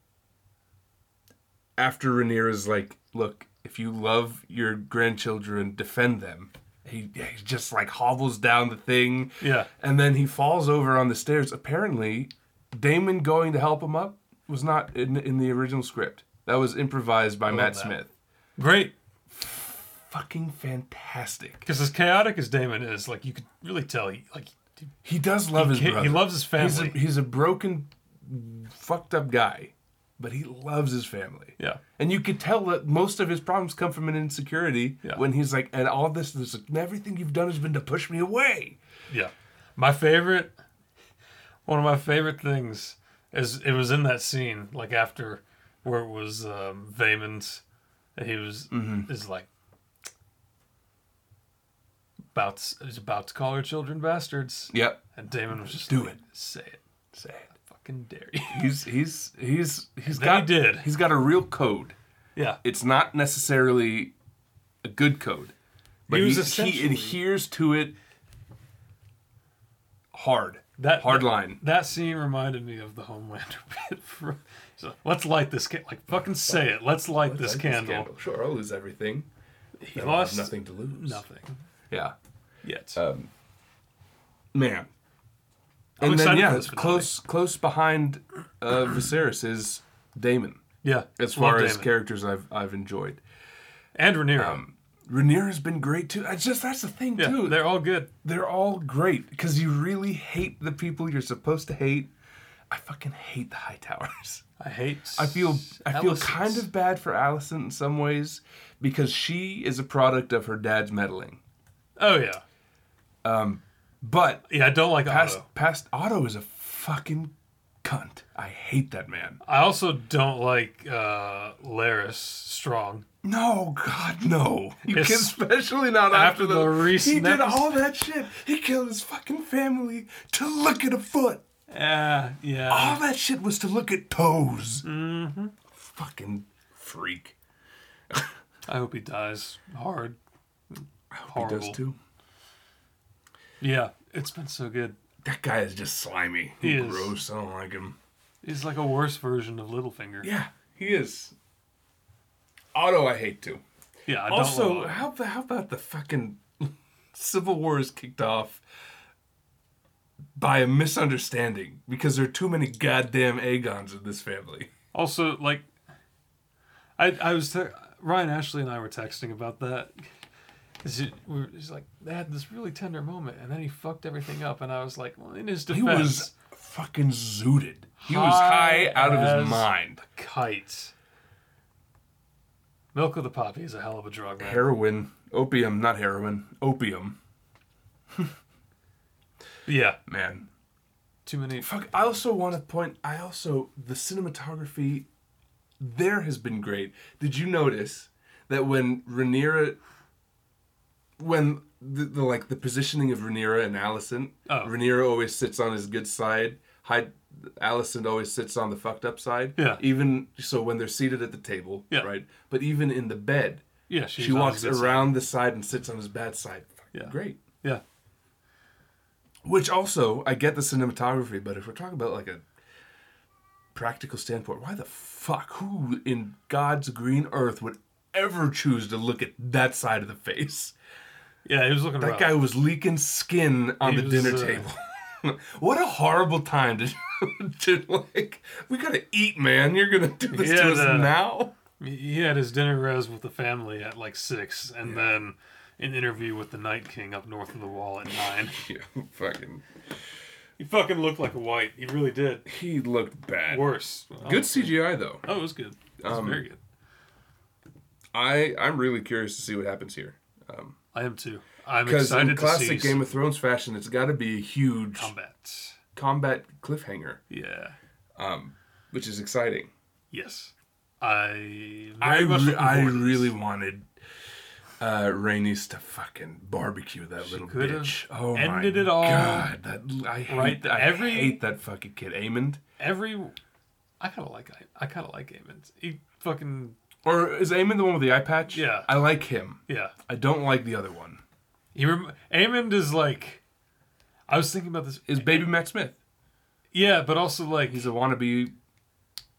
S1: after Rainier is like, look, if you love your grandchildren, defend them. He, he just like hobbles down the thing
S2: yeah.
S1: and then he falls over on the stairs. Apparently, Damon going to help him up was not in in the original script. That was improvised by Matt
S2: that.
S1: Smith.
S2: Great,
S1: Fucking fantastic.
S2: because as chaotic as Damon is, like you could really tell, he like
S1: He does love his
S2: he,
S1: brother.
S2: he loves his
S1: he's a,
S2: family.
S1: he's a broken fucked up guy, but he loves his family.
S2: yeah,
S1: And you could tell that most of his problems come from an insecurity
S2: Yeah.
S1: when he's like, and all this, this, and everything you've done has been to push me away.
S2: yeah. My favorite, one of my favorite things is it was in that scene, like after where it was um, Vayman's, and he was is like about to- he's about to call her children bastards,
S1: Yep.
S2: and Damon was just
S1: Do
S2: like,
S1: it.
S2: say it,
S1: Sad.
S2: fucking dare you. *laughs*
S1: He's he's he's he's
S2: Then he
S1: got
S2: did.
S1: He's got a real code.
S2: yeah,
S1: It's not necessarily a good code, but
S2: He
S1: he,
S2: was
S1: he,
S2: essentially-
S1: adheres to it hard.
S2: That-
S1: hard line.
S2: That scene reminded me of the Homelander *laughs* bit. From, so let's light this can Like fucking say it. Let's light this candle.
S1: Sure, I'll lose everything.
S2: He
S1: I'll have
S2: lost
S1: nothing to lose.
S2: Nothing
S1: Yeah.
S2: yet.
S1: um, man.
S2: I'm
S1: and then
S2: excited
S1: yeah,
S2: for this finale.
S1: close close behind uh, Viserys is Damon.
S2: yeah,
S1: As far
S2: love
S1: as
S2: Damon.
S1: characters I've I've enjoyed,
S2: and Rhaenyra.
S1: um, Rhaenyra has been great too. I just that's the thing
S2: yeah,
S1: too. They're,
S2: they're all good.
S1: they're all great because you really hate the people you're supposed to hate. I fucking hate the High Towers.
S2: I hate.
S1: I feel I feel
S2: Alicent's.
S1: kind of bad for Allison in some ways because she is a product of her dad's meddling.
S2: Oh yeah,
S1: But
S2: yeah. I don't like
S1: past
S2: Otto.
S1: past Otto is a fucking cunt. I hate that man.
S2: I also don't like uh Laris Strong.
S1: No, God, no. You
S2: It's-
S1: can, especially not
S2: after
S1: after,
S2: the
S1: the,
S2: recent
S1: He did
S2: episode.
S1: all that shit. He killed his fucking family to look at a foot. Ah,
S2: Yeah, yeah.
S1: All that shit was to look at toes. Mm-hmm. Fucking freak.
S2: I hope he dies hard.
S1: I hope
S2: Horrible.
S1: He does too.
S2: Yeah, it's been so good.
S1: That guy is just slimy.
S2: He is.
S1: gross. I don't like him.
S2: He's like a worse version of Littlefinger.
S1: Yeah, he is. Otto, I hate too.
S2: yeah I don't
S1: also,
S2: like-
S1: how, how about the fucking *laughs* Civil War is kicked off by a misunderstanding because there are too many goddamn Aegons in this family.
S2: Also, like, I I was te- Ryan Ashley and I were texting about that. Is it? We were, he's like they had this really tender moment, and then he fucked everything up, and I was like, well, in his
S1: He
S2: defense,
S1: was fucking zooted. He was high
S2: High
S1: out of
S2: as-
S1: his mind.
S2: kites. Milk of the poppy is a hell of a drug, man.
S1: Heroin, opium, not heroin, opium.
S2: yeah,
S1: Man,
S2: too many.
S1: fuck. I also want to point. I also the cinematography there has been great. Did you notice that when Rhaenyra, when the, the like the positioning of Rhaenyra and Allison,
S2: Oh.
S1: Rhaenyra always sits on his good side. Hyde, Allison always sits on the fucked up side.
S2: Yeah.
S1: Even so, when they're seated at the table,
S2: Yeah.
S1: right? But even in the bed,
S2: Yeah, she's
S1: she
S2: on
S1: walks
S2: his good side.
S1: around the side and sits on his bad side. Fucking
S2: Yeah.
S1: Great.
S2: Yeah,
S1: Which also, I get the cinematography, but if we're talking about like a practical standpoint, why the fuck, who in God's green earth would ever choose to look at that side of the face?
S2: yeah, he was looking.
S1: That
S2: rough.
S1: guy was leaking skin on
S2: He
S1: the
S2: was,
S1: dinner
S2: uh,
S1: table. *laughs* what a horrible *laughs* time to, to like, we gotta eat, man. You're gonna do this
S2: Yeah,
S1: to us
S2: the-
S1: now? *laughs*
S2: He- He had his dinner res with the family at like six, and then an interview with the Night King up north of the wall at nine. *laughs*
S1: Yeah, fucking.
S2: he fucking looked like a white. He really did.
S1: He looked bad.
S2: Worse.
S1: Good
S2: Oh,
S1: CGI though.
S2: Oh, it was good. It was
S1: Um,
S2: very good.
S1: I I'm really curious to see what happens here. Um,
S2: I am too. I'm
S1: Because in
S2: excited to see Um,
S1: classic Game of Thrones fashion, it's got to be a huge
S2: combat.
S1: combat cliffhanger, um,
S2: Yeah.
S1: which is exciting.
S2: Yes. I.
S1: I,
S2: very much
S1: re-
S2: looking
S1: I
S2: forward to this.
S1: really wanted uh, Rhaenys to fucking barbecue that little
S2: could've
S1: bitch. Oh
S2: ended
S1: my
S2: it all
S1: god, that I hate,
S2: right-
S1: I
S2: every-
S1: hate that fucking kid, Aemond.
S2: every. I kind of like. I, I kind of like Aemon. He fucking.
S1: Or is Aemond the one with the eye patch?
S2: Yeah.
S1: I like him.
S2: Yeah.
S1: I don't like the other one.
S2: He rem- Amond is like. I was thinking about this.
S1: Is Baby Matt Smith?
S2: Yeah, but also like
S1: He's a wannabe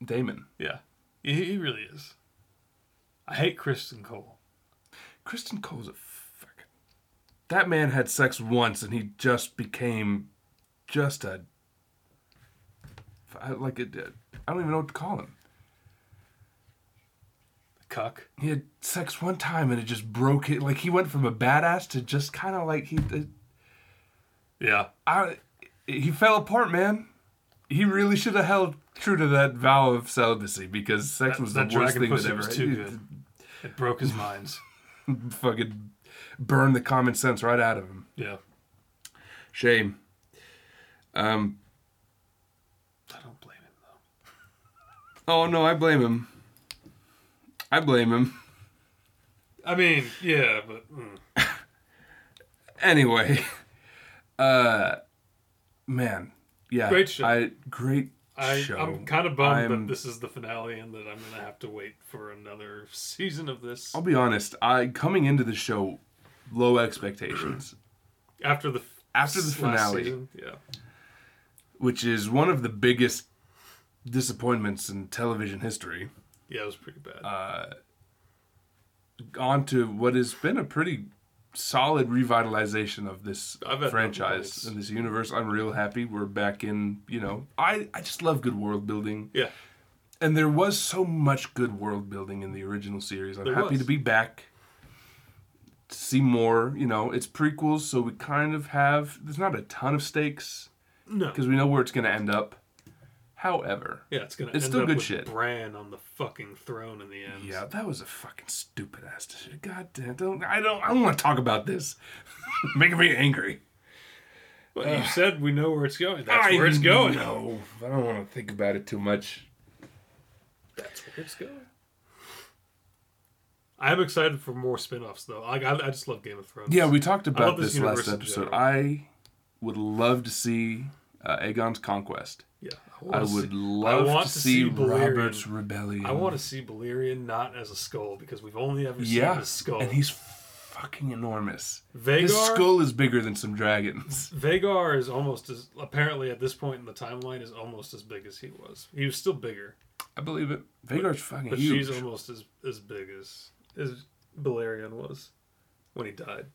S1: Damon.
S2: yeah, he, he really is. I hate Kristen Cole.
S1: Kristen Cole's a fucking. That man had sex once and he just became just a. I- Like it, I don't even know what to call him.
S2: Cuck.
S1: He had sex one time and it just broke it. Like he went from a badass to just kind of like he,
S2: Yeah.
S1: I, he fell apart, man. He really should have held true to that vow of celibacy because sex
S2: That-
S1: was
S2: that
S1: the worst
S2: dragon
S1: thing that
S2: pussy
S1: ever.
S2: was too good. It broke his minds.
S1: Fucking burned the common sense right out of him.
S2: Yeah.
S1: Shame. Um.
S2: I don't blame him though.
S1: Oh no, I blame him. I blame him.
S2: I mean, yeah, but mm.
S1: Anyway, *laughs* uh, man, yeah,
S2: Great show.
S1: I great
S2: I,
S1: show.
S2: I'm kind of bummed
S1: I'm-
S2: that this is the finale and that I'm gonna have to wait for another season of this
S1: I'll be honest. I coming into the show, low expectations, *clears throat*
S2: after the f-
S1: After the
S2: last
S1: finale.
S2: season. Yeah.
S1: which is one of the biggest disappointments in television history.
S2: Yeah, it was pretty bad.
S1: Uh, On to what has been a pretty solid revitalization of this
S2: I've had no
S1: franchise
S2: complaints.
S1: and this universe. I'm real happy we're back in. You know, I I just love good world building.
S2: yeah.
S1: and there was so much good world building in the original series. I'm
S2: There
S1: happy
S2: was.
S1: to be back to see more. You know, it's prequels, so we kind of have there's not a ton of stakes
S2: No.
S1: because we know where it's going to end up. However,
S2: Yeah, it's gonna
S1: It's
S2: end
S1: still
S2: up
S1: good
S2: with
S1: shit.
S2: Bran on the fucking throne in the end.
S1: yeah, that was a fucking stupid ass decision. God damn, don't I don't I don't want to talk about this.
S2: *laughs*
S1: Making me angry.
S2: But you said we know where it's going. That's
S1: I
S2: where it's going.
S1: know, but I don't want to think about it too much.
S2: That's where it's going. I'm excited for more spin-offs though. Like I, I just love Game of Thrones.
S1: Yeah, we talked about
S2: love this
S1: this last
S2: universe in
S1: episode.
S2: general.
S1: I would love to see uh, Aegon's conquest.
S2: yeah.
S1: I
S2: wanna
S1: would
S2: see-
S1: love
S2: I want
S1: to, see,
S2: Balerion.
S1: Robert's rebellion.
S2: I want to see Balerion not as a skull because we've only ever seen
S1: yeah,
S2: his skull.
S1: and he's fucking enormous.
S2: Vagar.
S1: His skull is bigger than some dragons. *laughs*
S2: Vagar is almost as apparently at this point in the timeline is almost as big as he was. He was still bigger,
S1: I believe it. Vagar's fucking
S2: but
S1: huge.
S2: she's almost as as big as as Balerion was when he died.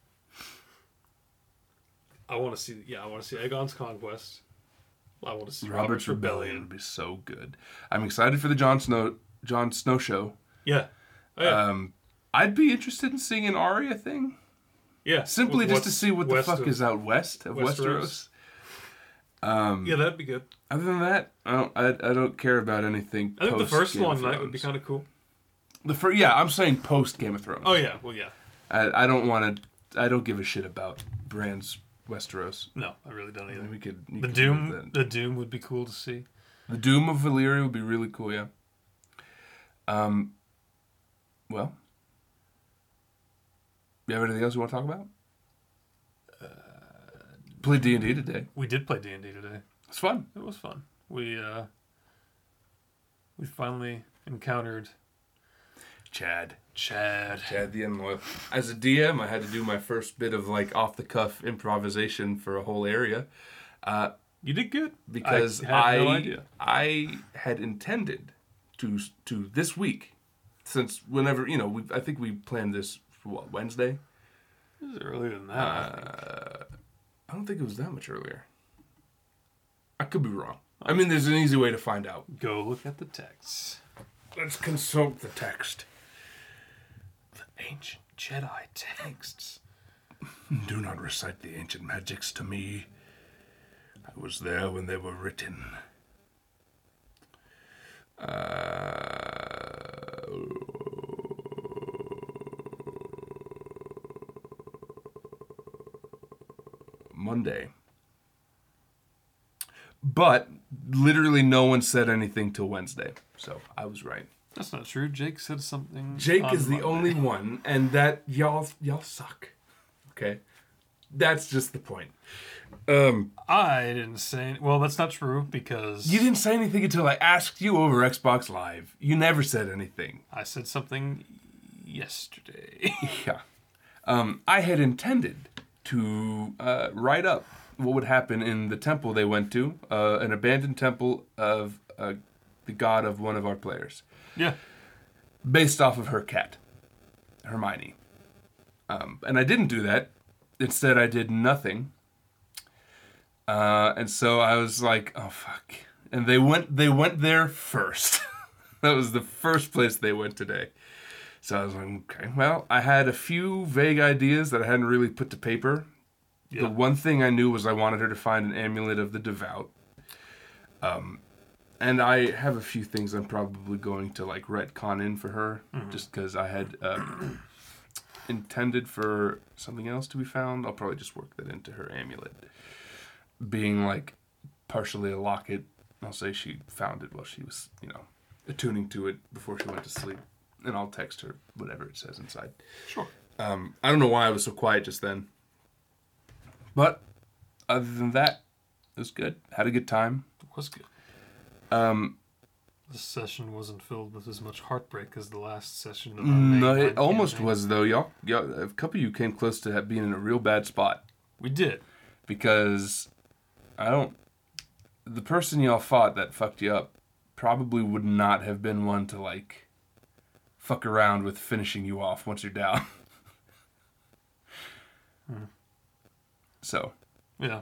S2: I want to see. Yeah, I want to see Aegon's conquest. I want to see
S1: Robert's rebellion would be so good. I'm excited for the Jon Snow Jon Snow show.
S2: Yeah. Oh, yeah.
S1: Um, I'd be interested in seeing an Arya thing,
S2: yeah.
S1: simply
S2: With
S1: just to
S2: what's
S1: see what the
S2: west
S1: fuck
S2: of-
S1: is out west of
S2: Westeros.
S1: Westeros. Um,
S2: Yeah, that'd be good.
S1: Other than that, I don't. I, I don't care about anything.
S2: I think the
S1: post
S2: first
S1: Game of
S2: one night would be
S1: Thrones.
S2: kind of cool.
S1: The fir- yeah, I'm saying post Game of Thrones.
S2: Oh yeah. Well yeah.
S1: I, I don't want to. I don't give a shit about Brand's Westeros.
S2: No, I really don't
S1: And
S2: either.
S1: we could you
S2: The
S1: could
S2: Doom.
S1: leave that.
S2: The Doom would be cool to see.
S1: The Doom of Valyria would be really cool. Yeah. Um. Well. You have anything else you want to talk about?
S2: Uh,
S1: Played D and D today.
S2: We did play D and D today.
S1: It's fun.
S2: It was fun. We uh we finally encountered
S1: Chad.
S2: Chad.
S1: Chad the Unloyal. As a DM, I had to do my first bit of like off the cuff improvisation for a whole area.
S2: You did good
S1: because
S2: I
S1: I
S2: had no idea.
S1: I had intended to to this week since whenever you know we I think we planned this for what Wednesday
S2: This is earlier than that. I
S1: uh,
S2: think.
S1: I don't think it was that much earlier I could be wrong I mean there's an easy way to find out
S2: Go look at the text.
S1: Let's consult the text.
S2: Ancient Jedi texts.
S1: Do not recite the ancient magics to me. I was there when they were written. Uh, Monday. But literally no one said anything till Wednesday. So I was right.
S2: That's not true. Jake said something. um,
S1: Jake
S2: on
S1: is the
S2: Monday.
S1: only one, and that y'all y'all suck. Okay, that's just the point. Um,
S2: I didn't say. any- Well, that's not true because
S1: you didn't say anything until I asked you over Xbox Live. You never said anything.
S2: I said something
S1: *laughs*
S2: yesterday.
S1: Yeah. Um, I had intended to uh, write up what would happen in the temple they went to, uh, an abandoned temple of uh, the god of one of our players,
S2: yeah.
S1: based off of her cat, Hermione. Um, and I didn't do that. Instead, I did nothing. Uh, and so I was like, "Oh fuck!" And they went. They went there first. *laughs* that was the first place they went today. So I was like, "Okay." Well, I had a few vague ideas that I hadn't really put to paper.
S2: Yeah.
S1: The one thing I knew was I wanted her to find an amulet of the devout. And I have a few things I'm probably going to like retcon in for her, just because I had um, intended for something else to be found. I'll probably just work that into her amulet, being like partially a locket. I'll say she found it while she was, you know, attuning to it before she went to sleep, and I'll text her whatever it says inside.
S2: Sure.
S1: Um, I don't know why I was so quiet just then, but other than that, it was good. Had a good time.
S2: It was good.
S1: Um,
S2: This session wasn't filled with as much heartbreak as the last session. That I made
S1: No,
S2: on
S1: it almost
S2: campaign.
S1: was though, y'all. y'all. A couple of you came close to ha- being in a real bad spot
S2: We did.
S1: because I don't. The person y'all fought that fucked you up probably would not have been one to like fuck around with finishing you off once you're down. So
S2: Yeah.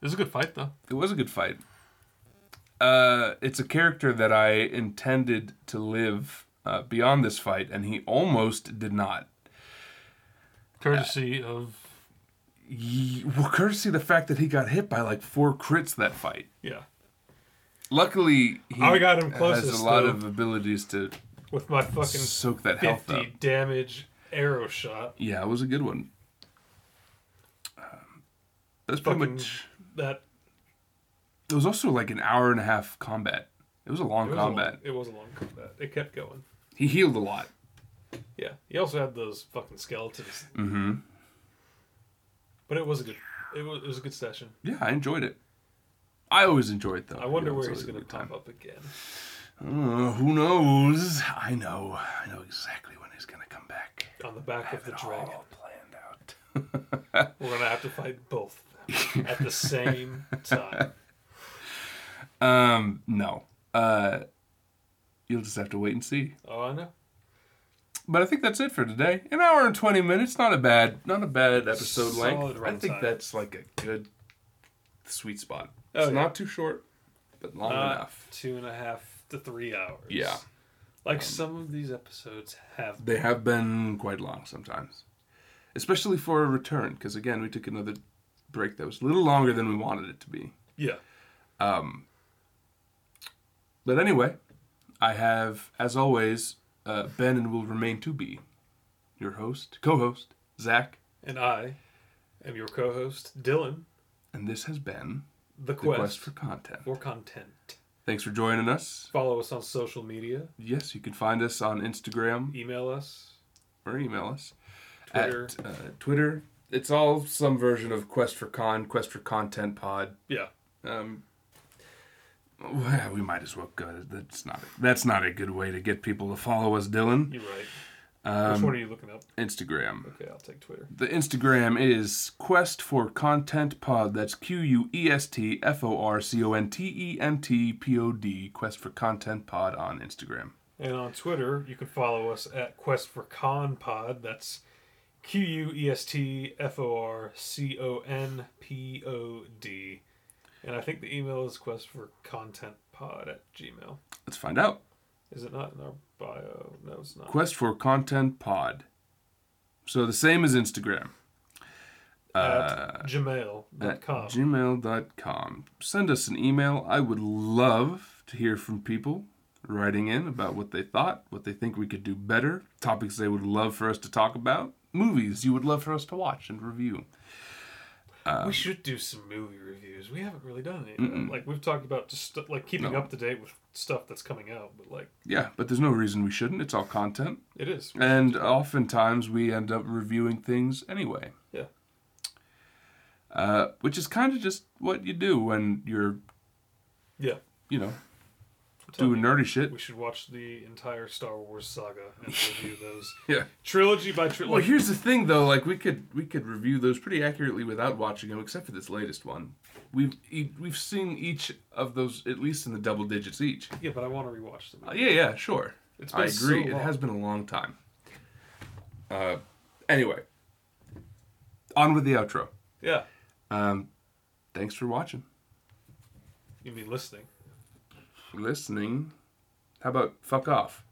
S2: It was a good fight though.
S1: it was a good fight. Uh, it's a character that I intended to live uh, beyond this fight, and he almost did not.
S2: Courtesy of
S1: Ye- well, courtesy of the fact that he got hit by like four crits that fight.
S2: yeah.
S1: Luckily, he
S3: I Oh, got him
S1: has
S3: closest,
S1: a lot
S3: though.
S1: of abilities to
S3: with my fucking
S1: soak that health up.
S3: 50 damage arrow shot.
S1: Yeah, it was a good one. Um, that's pretty
S3: Fucking-
S1: much.
S3: That
S1: It was also like an hour and a half combat. It was a long
S3: it was a
S1: combat.
S3: long- it was a long combat. It kept going.
S1: He healed a lot.
S3: Yeah. He also had those fucking skeletons.
S1: Mm-hmm.
S3: But it was a good it was, it was a good session.
S1: Yeah, I enjoyed it. I always enjoy it though.
S3: I wonder
S1: You know,
S3: where
S1: it's
S3: he's gonna
S1: always a good time.
S3: pop up again.
S1: Uh, who knows? I know. I know exactly when he's gonna come back.
S3: On the back of the dragon.
S1: all planned out.
S3: We're gonna have to fight both of
S1: *laughs*
S3: them at the same time.
S1: Um, no. Uh, you'll just have to wait and see.
S3: Oh I know.
S1: But I think that's it for today. An hour and twenty minutes. Not a bad, not a bad episode
S3: Solid
S1: length. I
S3: runtime.
S1: think that's like a good sweet spot.
S3: Oh,
S1: it's
S3: yeah. Uh,
S1: not too short, but long
S3: Not
S1: enough.
S3: Two and a half to three hours.
S1: Yeah. Um,
S3: Like some of these episodes have
S1: They have been quite long sometimes, especially for a return. Because again, we took another break that was a little longer than we wanted it to be.
S3: Yeah.
S1: Um, But anyway, I have, as always, uh, been and will remain to be your host, co-host, Zach,
S3: And I am your co host, Dylan,
S1: and this has been
S3: the
S1: the quest
S3: quest
S1: for content.
S3: for content.
S1: Thanks for joining us.
S3: Follow us on social media,
S1: Yes, you can find us on Instagram
S3: email us,
S1: or email us
S3: Twitter.
S1: at uh, Twitter. It's all some version of Quest for Con, Quest for Content Pod.
S3: Yeah.
S1: Um, well, we might as well go. That's not that's not a good way to get people to follow us, Dylan.
S3: You're right. Which one
S1: Um,
S3: are you looking up?
S1: Instagram.
S3: Okay, I'll take Twitter.
S1: The Instagram is Quest for Content Pod. That's Q U E S T F O R C O N T E N T P O D. Quest for Content Pod on Instagram.
S3: And on Twitter, you can follow us at Quest for Con Pod. That's Q U E S T F O R C O N P O D. And I think the email is quest for content pod at gmail.
S1: Let's find out.
S2: Is it not in our bio? No, it's not.
S1: Quest for Content Pod. So the same as Instagram. Uh,
S2: At gmail.com.
S1: At gmail.com. Send us an email. I would love to hear from people writing in about what they thought, what they think we could do better, topics they would love for us to talk about, movies you would love for us to watch and review.
S2: we should do some movie reviews. We haven't really done any. of that.
S1: Um, Mm-mm.
S2: Like we've talked about just stu- like keeping
S1: No.
S2: up to date with stuff that's coming out, but like
S1: Yeah, but there's no reason we shouldn't. It's all content.
S2: it is.
S1: And oftentimes we end up reviewing things anyway.
S2: Yeah.
S1: Uh, which is kind of just what you do when you're,
S2: Yeah.
S1: you know,
S2: I'm telling
S1: doing
S2: you,
S1: nerdy shit.
S2: We should watch the entire Star Wars saga
S1: *laughs*
S2: and review those
S1: Yeah.
S2: trilogy by trilogy.
S1: Well, here's the thing, though. Like we could we could review those pretty accurately without watching them, except for this latest one. We've e- we've seen each of those at least in the double digits each.
S2: Yeah, but I want to rewatch them.
S1: Uh, yeah, yeah, sure.
S2: It's
S1: I
S2: been so
S1: agree. it
S2: long.
S1: has been a long time. Uh, anyway, on with the outro.
S2: Yeah.
S1: Um, thanks for watching,
S2: You mean listening?
S1: listening. How about fuck off?